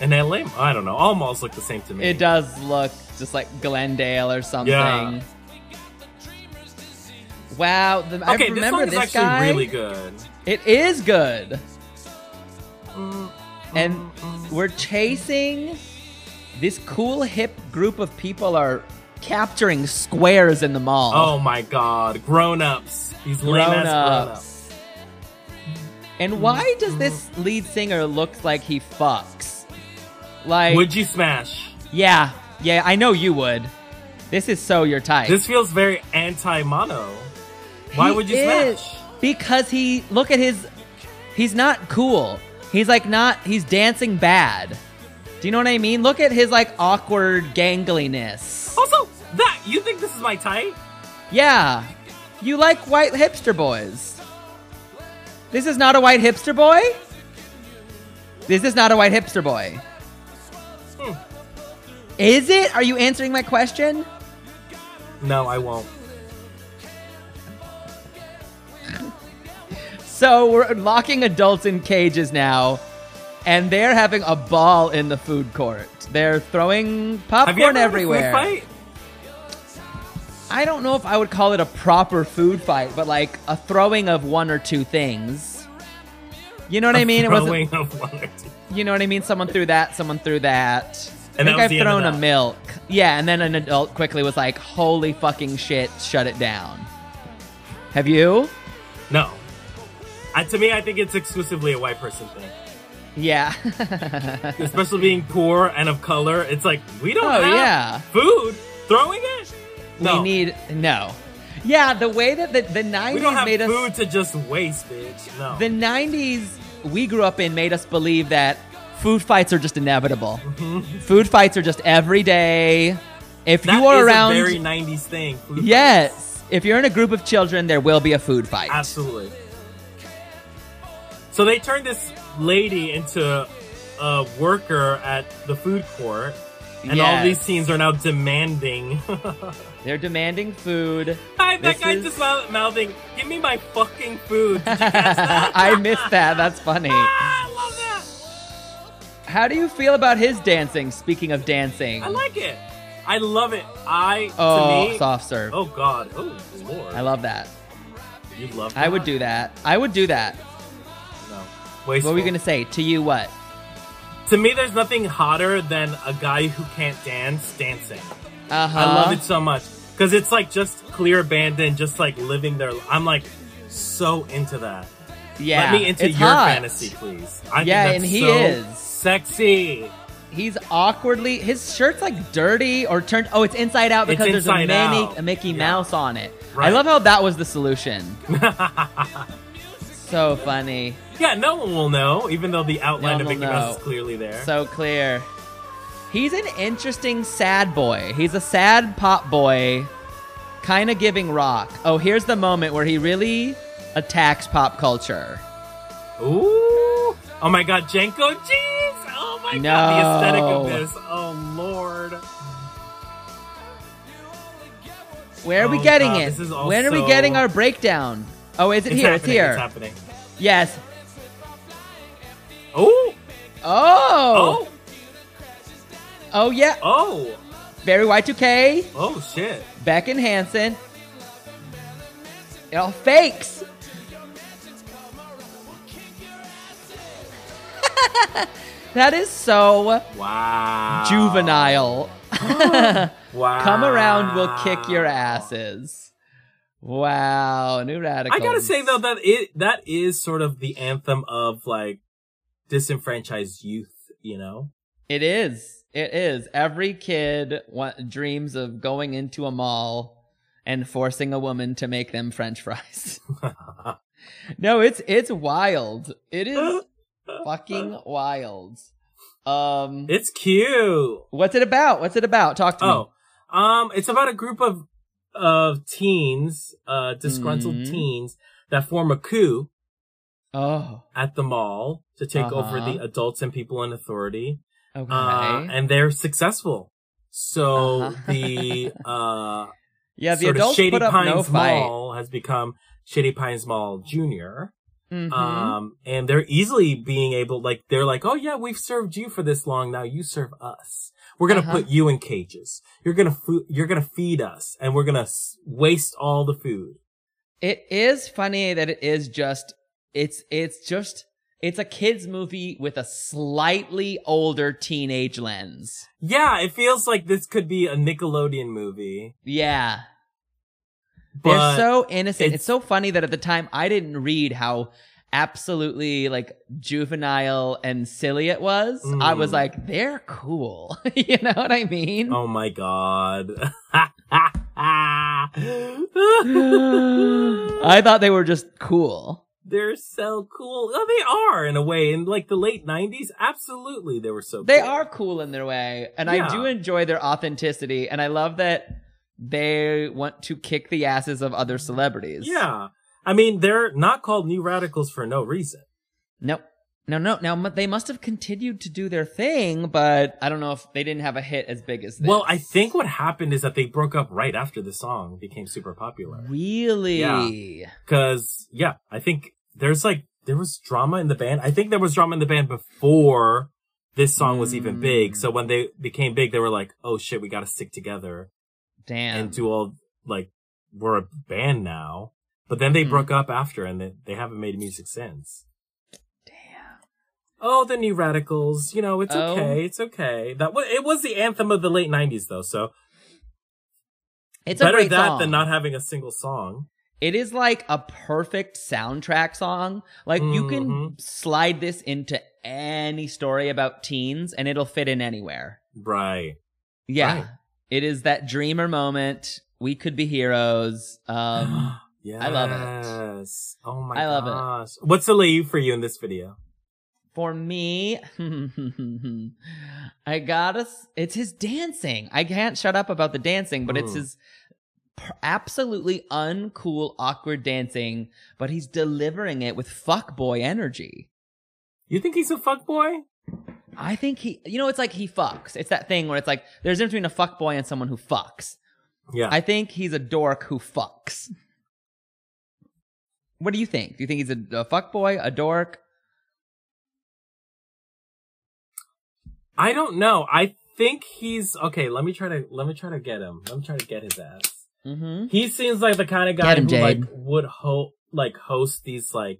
S1: an LA. I don't know. All malls look the same to me.
S2: It does look just like Glendale or something.
S1: Yeah.
S2: Wow, the, I
S1: Okay, this song
S2: remember
S1: is
S2: this,
S1: actually
S2: guy.
S1: really good.
S2: It is good.
S1: Mm,
S2: And we're chasing this cool hip group of people are capturing squares in the mall.
S1: Oh my god, grown ups. These lame ass grown ups.
S2: grown-ups.
S1: Oh,
S2: And why
S1: mm,
S2: does this lead singer look like he fucks? Like
S1: Would you smash?
S2: yeah, yeah, I know you would. This is so your type.
S1: This feels very anti mono. Why
S2: He
S1: would you
S2: is-
S1: smash?
S2: Because he look at his he's not cool. He's like not he's dancing bad. Do you know what I mean? Look at his like awkward gangliness.
S1: Also, that you think this is my type?
S2: Yeah. You like white hipster boys. This is not a white hipster boy? This is not a white hipster boy.
S1: Hmm.
S2: Is it? Are you answering my question?
S1: No, I won't.
S2: So we're locking adults in cages now, and they're having a ball in the food court. They're
S1: Have
S2: throwing
S1: you ever
S2: popcorn
S1: had a food
S2: everywhere.
S1: fight?
S2: I don't know if I would call it a proper food fight, but like a throwing of one or two things. You know what I mean? It wasn't.
S1: Throwing of one or two.
S2: You know what I mean? Someone threw that. Someone threw that.
S1: And
S2: I
S1: that
S2: think
S1: was
S2: I've
S1: the end of
S2: thrown a
S1: that.
S2: milk. Yeah, and then an adult quickly was like, "Holy fucking shit! Shut it down." Have you?
S1: No. I, to me, I think it's exclusively a white person thing.
S2: Yeah.
S1: Especially being poor and of color, it's like we don't
S2: Oh,
S1: have
S2: yeah.
S1: food. Throwing it? No,
S2: We need no. Yeah, the way that the the
S1: we don't
S2: nineties
S1: have
S2: made us
S1: food to just waste, bitch. No.
S2: the nineties we grew up in made us believe that food fights are just inevitable. Food fights are just every day. If
S1: Mm-hmm. That
S2: you are
S1: is
S2: around,
S1: a very '90s thing. food fights.
S2: yes. If you're in a group of children, there will be a food fight.
S1: absolutely. So they turned this lady into a worker at the food court, and all
S2: Yes.
S1: these teens are now demanding.
S2: They're demanding food.
S1: I, that
S2: This
S1: guy's
S2: is-
S1: just mouth- mouthing, "Give me my fucking food." Did you catch that?
S2: I missed that. That's funny.
S1: Ah, I love that.
S2: How do you feel about his dancing? Speaking of dancing,
S1: I like it. I love it. I
S2: oh
S1: to me.
S2: soft serve.
S1: Oh God. Oh Lord.
S2: I love that.
S1: You love.
S2: I would do that. I would do that.
S1: No. Wasteful.
S2: What were we gonna say? To you, what?
S1: To me, there's nothing hotter than a guy who can't dance dancing.
S2: Uh huh.
S1: I love it so much because it's like just clear abandon, just like living their. I'm like so into that.
S2: Yeah.
S1: Let me into
S2: it's
S1: your
S2: hot.
S1: fantasy, please. I
S2: Yeah,
S1: think that's
S2: and he
S1: so
S2: is.
S1: sexy.
S2: He's awkwardly. His shirt's like dirty or turned. Oh, it's inside out
S1: It's
S2: because there's a,
S1: inside
S2: mini,
S1: out.
S2: a Mickey
S1: Yeah.
S2: Mouse on it. I
S1: Right.
S2: love how that was the solution. so funny.
S1: Yeah, no one will know, even though the outline
S2: No
S1: of
S2: one
S1: Mickey
S2: will
S1: Mouse
S2: know.
S1: is clearly there.
S2: So clear. He's an interesting sad boy. He's a sad pop boy, kind of giving rock. Oh, here's the moment where he really attacks pop culture.
S1: Ooh. Oh my god, Jenko, jeez! Oh my god, the aesthetic of
S2: No.
S1: this. Oh lord.
S2: Where are we
S1: Oh,
S2: getting
S1: God,
S2: it?
S1: this is all
S2: when are we
S1: so-
S2: getting our breakdown? Oh, is it
S1: It's
S2: here?
S1: happening,
S2: It's here.
S1: It's happening.
S2: yes.
S1: Ooh.
S2: Oh.
S1: Oh.
S2: Oh, yeah.
S1: Oh.
S2: Barry Y2K,
S1: Oh shit.
S2: Beckon Hansen. It all fakes. that is so
S1: Wow.
S2: juvenile.
S1: Oh. Wow.
S2: Come around, we'll kick your asses. Wow, new radical.
S1: I gotta say though that it that is sort of the anthem of like disenfranchised youth, you know?
S2: It is. It is. Every kid wa- dreams of going into a mall and forcing a woman to make them french fries. no, it's it's wild. It is fucking wild. Um
S1: It's cute.
S2: what's it about? What's it about? Talk to me.
S1: Oh, um, it's about a group of of teens, uh, disgruntled
S2: Mhm.
S1: teens that form a coup
S2: Oh.
S1: at the mall to take over
S2: Uh-huh.
S1: the adults and people in authority,
S2: Okay.
S1: uh, and they're successful. So
S2: Uh-huh.
S1: the uh,
S2: yeah, the
S1: sort of
S2: adults
S1: Shady
S2: put up
S1: Pines
S2: no fight.
S1: Mall has become Shady Pines Mall Junior.
S2: Mhm.
S1: Um, and they're easily being able, like, they're like, oh yeah, we've served you for this long. Now you serve us. We're going to
S2: Uh-huh.
S1: put you in cages. You're going to, fo- you're going to feed us and we're going to s- waste all the food.
S2: It is funny that it is just it's it's just it's a kids movie with a slightly older teenage lens.
S1: Yeah. It feels like this could be a Nickelodeon movie,
S2: Yeah.
S1: but
S2: They're so innocent. It's,
S1: it's-
S2: so funny that at the time I didn't read how absolutely like juvenile and silly it was. I was
S1: Mm.
S2: like, they're cool. you know what I mean?
S1: oh my God.
S2: I thought they were just cool.
S1: They're so cool. Oh, they are in a way. In like the late nineties, absolutely, they were so.
S2: They
S1: cool.
S2: are cool in their way. And I
S1: Yeah.
S2: do enjoy their authenticity. And I love that they want to kick the asses of other celebrities.
S1: Yeah, I mean, they're not called New Radicals for no reason.
S2: Nope. No, no, now mu- they must have continued to do their thing, but I don't know if they didn't have a hit as big as this.
S1: Well, I think what happened is that they broke up right after the song became super
S2: Mm-hmm.
S1: popular.
S2: Really?
S1: Cause yeah, I think there's like, there was drama in the band. I think there was drama in the band before this song was even
S2: Mm.
S1: big. So when they became big, they were like, oh shit, we gotta stick together
S2: Damn.
S1: and do all like were a band now, but then they
S2: Mhm.
S1: broke up after and they, they haven't made music since.
S2: Damn.
S1: Oh, the new radicals, you know, it's
S2: Oh.
S1: okay. It's okay. That was, it was the anthem of the late nineties though. So
S2: It's a
S1: better
S2: great
S1: that
S2: song.
S1: than not having a single song.
S2: It is like a perfect soundtrack song. Like you can
S1: Mhm.
S2: slide this into any story about teens and it'll fit in anywhere.
S1: Right.
S2: Yeah.
S1: Right.
S2: It is that dreamer moment. We could be heroes. Um
S1: Yes.
S2: love it.
S1: Oh my
S2: I love it.
S1: gosh. What's the leave for you in this video?
S2: for me, I gotta s- it's his dancing. I can't shut up about the dancing, but it's
S1: Mm.
S2: his per- absolutely uncool awkward dancing, but he's delivering it with fuckboy energy.
S1: You think he's a fuck boy?
S2: I think he, you know, it's like he fucks. It's that thing where it's like there's a difference between a fuckboy and someone who fucks.
S1: Yeah.
S2: I think he's a dork who fucks. What do you think? Do you think he's a, a fuckboy, a dork?
S1: I don't know. I think he's okay. Let me try to let me try to get him. Let me try to get his ass.
S2: Mm-hmm.
S1: He seems like the kind of guy
S2: Get him,
S1: who like
S2: Jade.
S1: would ho like host these like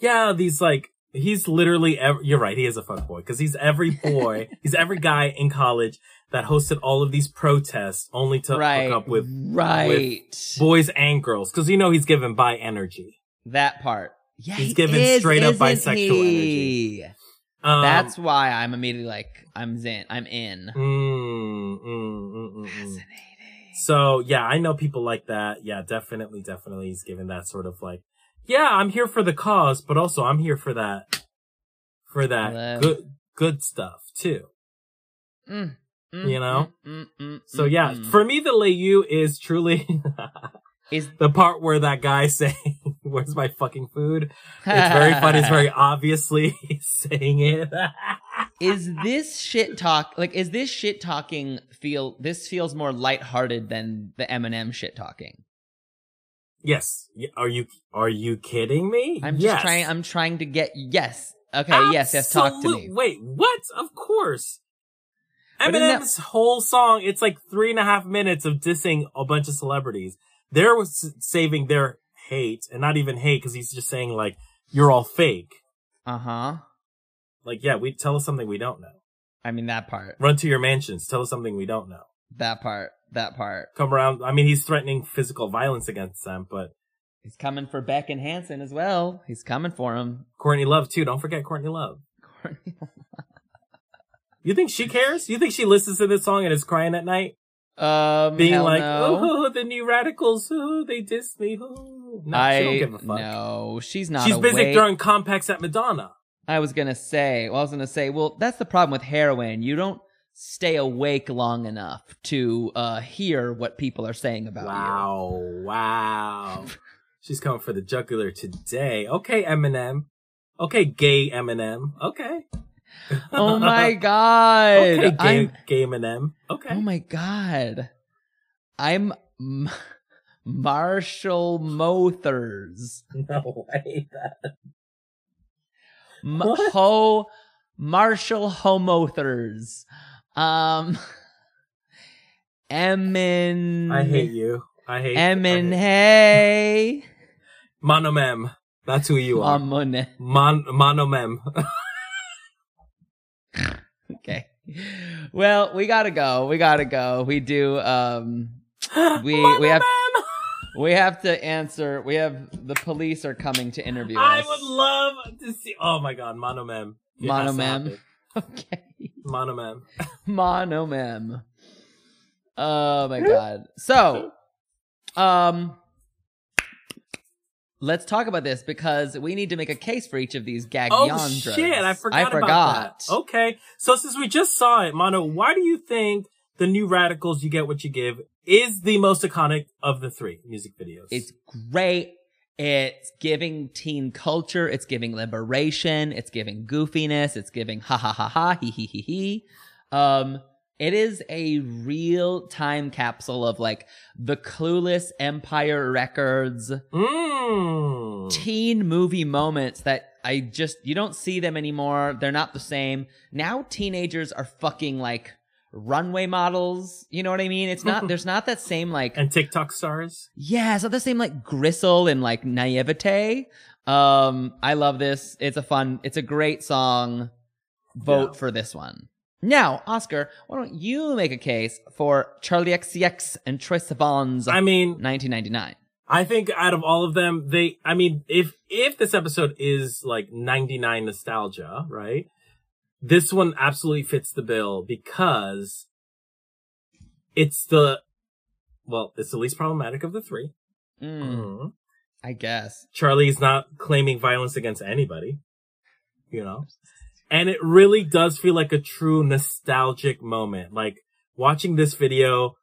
S1: yeah these like he's literally ev- you're right he is a fuck boy because he's every boy he's every guy in college that hosted all of these protests only to
S2: Right.
S1: hook up with
S2: right.
S1: boys and girls because you know he's given by energy.
S2: that part. Yeah,
S1: He's
S2: he
S1: given
S2: is,
S1: straight up
S2: isn't
S1: bisexual
S2: he?
S1: Um,
S2: That's why I'm immediately like, I'm in. I'm in.
S1: mm, mm, mm, mm, mm.
S2: Fascinating.
S1: So yeah, I know people like that. Yeah, definitely, definitely. He's given that sort of like, yeah, I'm here for the cause, but also I'm here for that, for that
S2: Love.
S1: good, good stuff too.
S2: Mm,
S1: You know?
S2: mm, mm, mm,
S1: So yeah,
S2: mm.
S1: for me, the Leyu is truly
S2: Is-
S1: the part where that guy saying, "Where's my fucking food?" It's very funny. It's very obviously saying it.
S2: is this shit talk like is this shit talking feel this feels more lighthearted than the Eminem shit talking.
S1: yes. Y- Are you are you kidding me?
S2: I'm just
S1: Yes.
S2: trying I'm trying to get yes. Okay, yes, yes, talk to
S1: Absolute-
S2: me.
S1: Wait, what? Of course.
S2: But isn't that-
S1: Eminem's whole song, it's like three and a half minutes of dissing a bunch of celebrities. They're s- saving their hate, and not even hate, because he's just saying, like, you're all fake.
S2: Uh-huh.
S1: Like, yeah, we tell us something we don't know.
S2: I mean that part.
S1: Run to your mansions, tell us something we don't know.
S2: That part. That part.
S1: Come around. I mean, he's threatening physical violence against them, but
S2: He's coming for Beck and Hanson as well. He's coming for him.
S1: Courtney Love, too. Don't forget Courtney Love. You think she cares? You think she listens to this song and is crying at night?
S2: um
S1: being
S2: hell
S1: like,
S2: no.
S1: oh, the new radicals, oh, they dissed me. Oh. No,
S2: I
S1: she don't give a fuck.
S2: No, she's not
S1: She's busy
S2: awake.
S1: throwing compacts at Madonna.
S2: I was gonna say, well, I was gonna say, well, that's the problem with heroin. You don't stay awake long enough to uh, hear what people are saying about you.
S1: Wow, wow. She's coming for the jugular today. Okay, Eminem. Okay, gay Eminem. Okay.
S2: Oh my god!
S1: okay, gay,
S2: I'm,
S1: gay Eminem. Okay.
S2: oh my god! I'm M- Marshall Mothers.
S1: no way.
S2: M-
S1: What?
S2: ho Marshall Homothers. Um, Emin.
S1: I hate you. I hate
S2: Emin.
S1: I hate-
S2: Hey.
S1: Monomem. That's who you are.
S2: Amon.
S1: Mon- monomem.
S2: Okay. Well, we gotta go. We gotta go. We do. Um, we we have
S1: Monomem!
S2: we have to answer. We have the police are coming to interview
S1: I
S2: us.
S1: would love to see. Oh my god, Monomem. It has to
S2: Monomem.
S1: happen.
S2: okay.
S1: Monomem.
S2: Monomem. Oh my god. So, um, let's talk about this because we need to make a case for each of these gag
S1: Oh
S2: yandras.
S1: shit, I forgot,
S2: I
S1: about
S2: forgot.
S1: that. Oh. Okay, so since we just saw it, Mono, why do you think the new Radicals You Get What You Give is the most iconic of the three music videos?
S2: It's great. It's giving teen culture. It's giving liberation. It's giving goofiness. It's giving ha ha ha ha he he he he. Um, it is a real time capsule of like the clueless Empire Records
S1: Mm.
S2: teen movie moments that I just you don't see them anymore. They're not the same. Now teenagers are fucking like runway models. You know what I mean? It's not, there's not that same like,
S1: and TikTok stars.
S2: yeah, it's not the same like gristle and like naivete. Um, I love this. It's a fun, it's a great song. Vote for this one. Now, Oscar, why don't you make a case for Charlie XCX and Troy Sivan's
S1: I mean,
S2: 1999?
S1: I think out of all of them, they, I mean, if, if this episode is like 99 nostalgia, right? This one absolutely fits the bill because it's the, well, it's the least problematic of the three.
S2: Mm,
S1: Mhm.
S2: I guess.
S1: Charlie's not claiming violence against anybody, you know? And it really does feel like a true nostalgic moment. Like watching this video,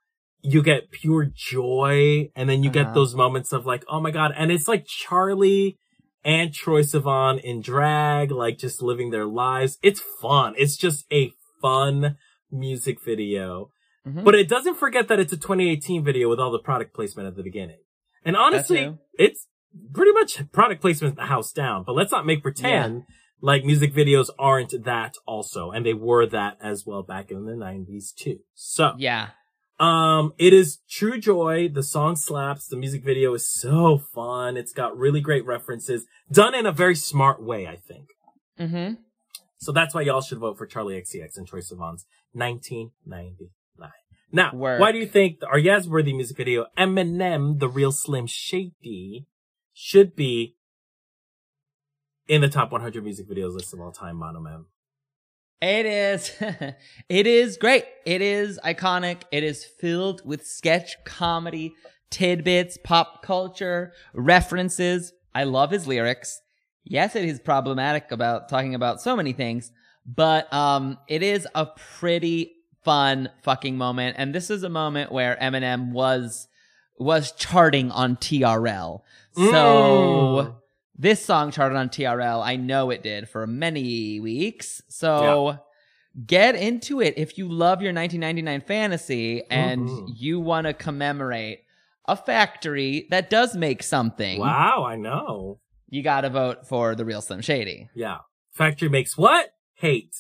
S1: you get pure joy and then you get
S2: Uh-huh.
S1: those moments of like, oh my God. And it's like Charlie and Troy Sivan in drag, like just living their lives. It's fun. It's just a fun music video.
S2: Mhm.
S1: But it doesn't forget that it's a 2018 video with all the product placement at the beginning. And honestly,
S2: too.
S1: it's pretty much product placement the house down, but let's not make pretend like music videos aren't that also. And they were that as well back in the 90s too. So,
S2: yeah.
S1: um, it is true joy. The song slaps. The music video is so fun. It's got really great references done in a very smart way, I think.
S2: Mm-hmm.
S1: So that's why y'all should vote for Charlie XCX and Troy Sivan's 1999. Now,
S2: Work.
S1: why do you think the- our Yazworthy music video, Eminem, The Real Slim Shady, should be in the top 100 music videos list of all time, Mono Mem?
S2: It is. it is great. It is iconic. It is filled with sketch comedy, tidbits, pop culture, references. I love his lyrics. Yes, it is problematic about talking about so many things, but um it is a pretty fun fucking moment and this is a moment where Eminem was was charting on TRL. So
S1: Mm.
S2: this song charted on TRL. I know it did for many weeks. So get into it if you love your 1999 fantasy and
S1: Mhm.
S2: you want to commemorate a factory that does make something.
S1: Wow, I know.
S2: You got to vote for the real Slim Shady.
S1: Yeah. Factory makes what? Hate.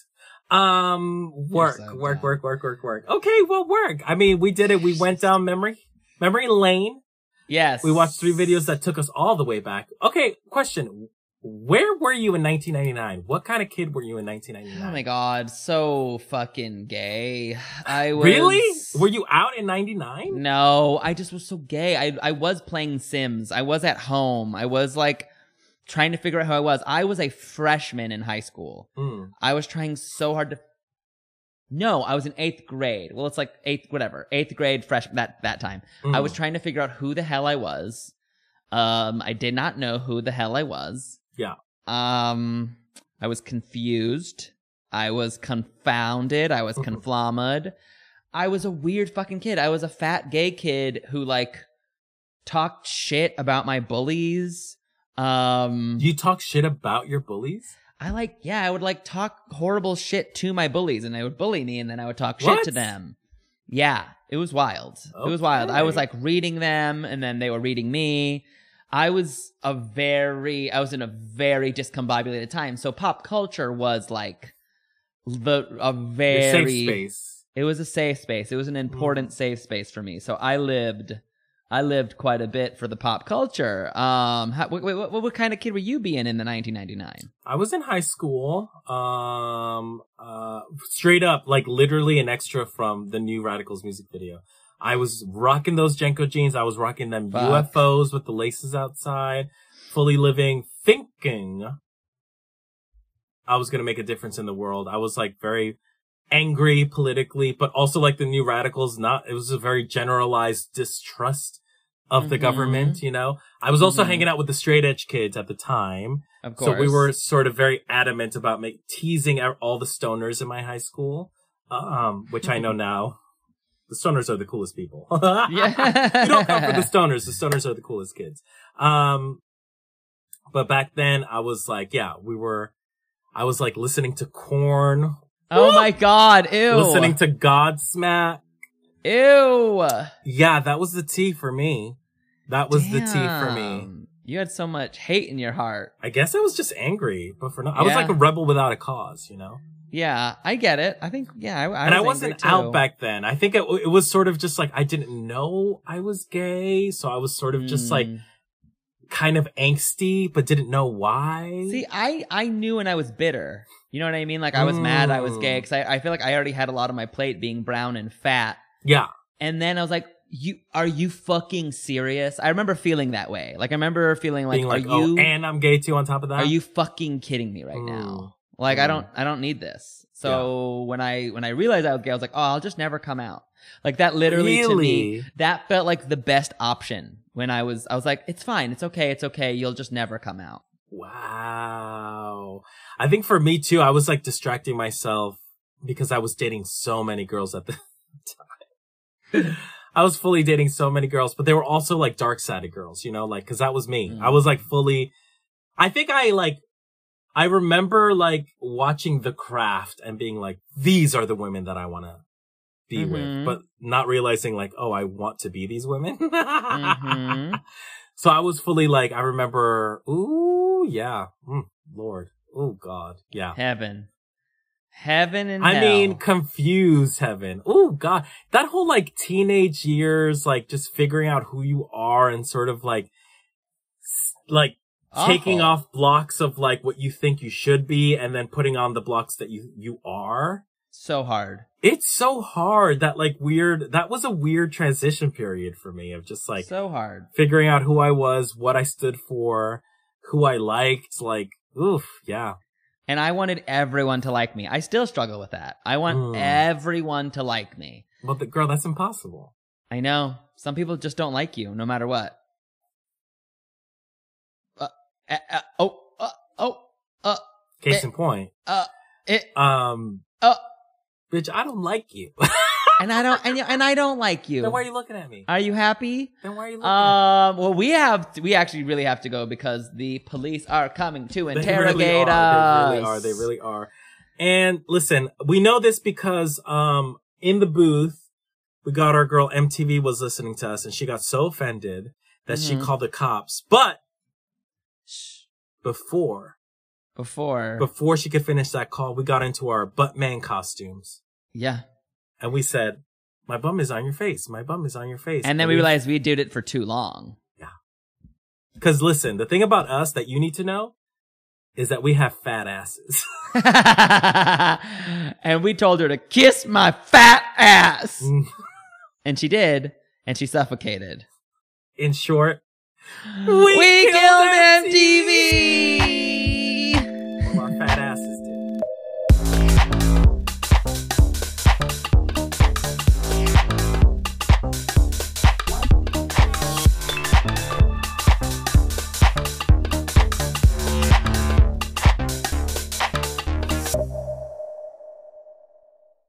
S1: Um, work,
S2: so
S1: work,
S2: dumb.
S1: work, work, work, work. Okay, well, work. I mean, we did it. We went down memory, memory lane.
S2: Yes.
S1: We watched three videos that took us all the way back. Okay, question. Where were you in 1999? What kind of kid were you in
S2: Oh my
S1: 1999?
S2: god, so fucking gay. I was
S1: really? Were you out in 99?
S2: No, I just was so gay. I I was playing Sims. I was at home. I was like trying to figure out who I was. I was a freshman in high school.
S1: Mm.
S2: I was trying so hard to. No, I was in eighth grade. Well, it's like eighth, whatever, eighth grade freshman that that time. I was
S1: mm.
S2: trying to figure out who the hell I was. Um, I did not know who the hell I was.
S1: Yeah.
S2: Um, I was confused. I was confounded. I was
S1: Mhm.
S2: conflammed. I was a weird fucking kid. I was a fat gay kid who like talked shit about my bullies. Um,
S1: You talk shit about your bullies?
S2: I like, yeah, I would like talk horrible shit to my bullies and they would bully me and then I would talk shit
S1: What?
S2: to them. Yeah, it was wild. It was wild. I was like reading them and then they were reading me. I was a very, I was in a very discombobulated time. So pop culture was like the, a
S1: Your
S2: very,
S1: safe space. Mm.
S2: it was a safe space. It was an important safe space for me. So I lived, I lived quite a bit for the pop culture. Um, how, wait, wait, what, what kind of kid were you being in the 1999?
S1: I was in high school. Um, uh, straight up, like literally an extra from the new Radicals music video. I was rocking those Jenko jeans. I was rocking them
S2: Fuck.
S1: UFOs with the laces outside, fully living, thinking I was going to make a difference in the world. I was like very angry politically, but also like the new radicals, not, it was a very generalized distrust of the
S2: Mhm.
S1: government, you know? I was also
S2: Mhm.
S1: hanging out with the straight edge kids at the time.
S2: Of course.
S1: So we were sort of very adamant about make, teasing out all the stoners in my high school, um, which I know now. The stoners are the coolest people.
S2: Yeah.
S1: you don't come for the stoners. The stoners are the coolest kids. Um, but back then I was like, yeah, we were, I was like listening to Corn,
S2: Oh my god. Ew.
S1: listening to Godsmack.
S2: Ew.
S1: Yeah, that was the tea for me. That was the tea for me.
S2: Damn. You had so much hate in your heart.
S1: I guess I was just angry, but for no, I was
S2: Yeah.
S1: like a rebel without a cause, you know?
S2: Yeah, I get it. I think yeah, I, I
S1: and I
S2: was
S1: wasn't
S2: angry, too.
S1: out back then. I think it, it was sort of just like I didn't know I was gay, so I was sort of just like
S2: Mm.
S1: kind of angsty, but didn't know why.
S2: See, I I knew and I was bitter. You know what I mean? Like I was mad I was gay because I, I feel like I already had a lot on my plate being brown and fat.
S1: yeah,
S2: And then I was like, "You are you fucking serious?" I remember feeling that way. Like I remember feeling like,
S1: being like,
S2: "Are
S1: oh,
S2: you
S1: and I'm gay too. On top of that,
S2: are you fucking kidding me right now?" Like I
S1: Mm.
S2: don't I don't need this. So when I when I realized I was gay, I was like, "Oh, I'll just never come out." Like that literally to me
S1: Mm. really?
S2: that felt like the best option when I was I was like, it's fine, it's okay, it's okay, you'll just never come out.
S1: Wow. I think for me too, I was like distracting myself because I was dating so many girls at the time. I was fully dating so many girls, but they were also like dark sided girls, you know, like, cause that was me.
S2: Mm.
S1: I was like fully, I think I like, I remember like watching The Craft and being like, these are the women that I want to be
S2: Mhm.
S1: with, but not realizing like, oh, I want to be these women.
S2: Mhm.
S1: So I was fully like, I remember, ooh, yeah, mm, Lord, oh God, yeah.
S2: Heaven. Heaven and
S1: I
S2: hell.
S1: mean, confused heaven. Oh God, that whole like teenage years, like just figuring out who you are and sort of like, s- like
S2: Awful.
S1: taking off blocks of like what you think you should be and then putting on the blocks that you, you are.
S2: so hard.
S1: It's so hard that like weird, that was a weird transition period for me of just like,
S2: so hard.
S1: figuring out who I was, what I stood for, who I liked, like, oof, yeah.
S2: And I wanted everyone to like me. I still struggle with that. I want
S1: Mm.
S2: everyone to like me.
S1: But the girl, that's impossible.
S2: I know. Some people just don't like you no matter what. Uh, uh, uh, oh, uh, oh,
S1: Case
S2: Eh.
S1: in point.
S2: it,
S1: Um,
S2: Oh.
S1: bitch, I don't like you.
S2: and I don't, and, and I don't like you.
S1: then why are you looking at me?
S2: Are you happy?
S1: Then why are you looking at me?
S2: Um. Well, we have to, we actually really have to go because the police are coming to interrogate
S1: they really
S2: us.
S1: Are. They really are. They really are. And listen, we know this because um in the booth, we got our girl MTV was listening to us and she got so offended that
S2: Mhm.
S1: she called the cops. But before
S2: before.
S1: before she could finish that call, we got into our butt man costumes.
S2: yeah,
S1: and we said, "My bum is on your face. My bum is on your face."
S2: and then we realized we did it for too long.
S1: because listen, the thing about us that you need to know is that we have fat asses.
S2: and we told her to kiss my fat ass,
S1: Mm.
S2: and she did, and she suffocated.
S1: In short,
S2: We, killed, MTV.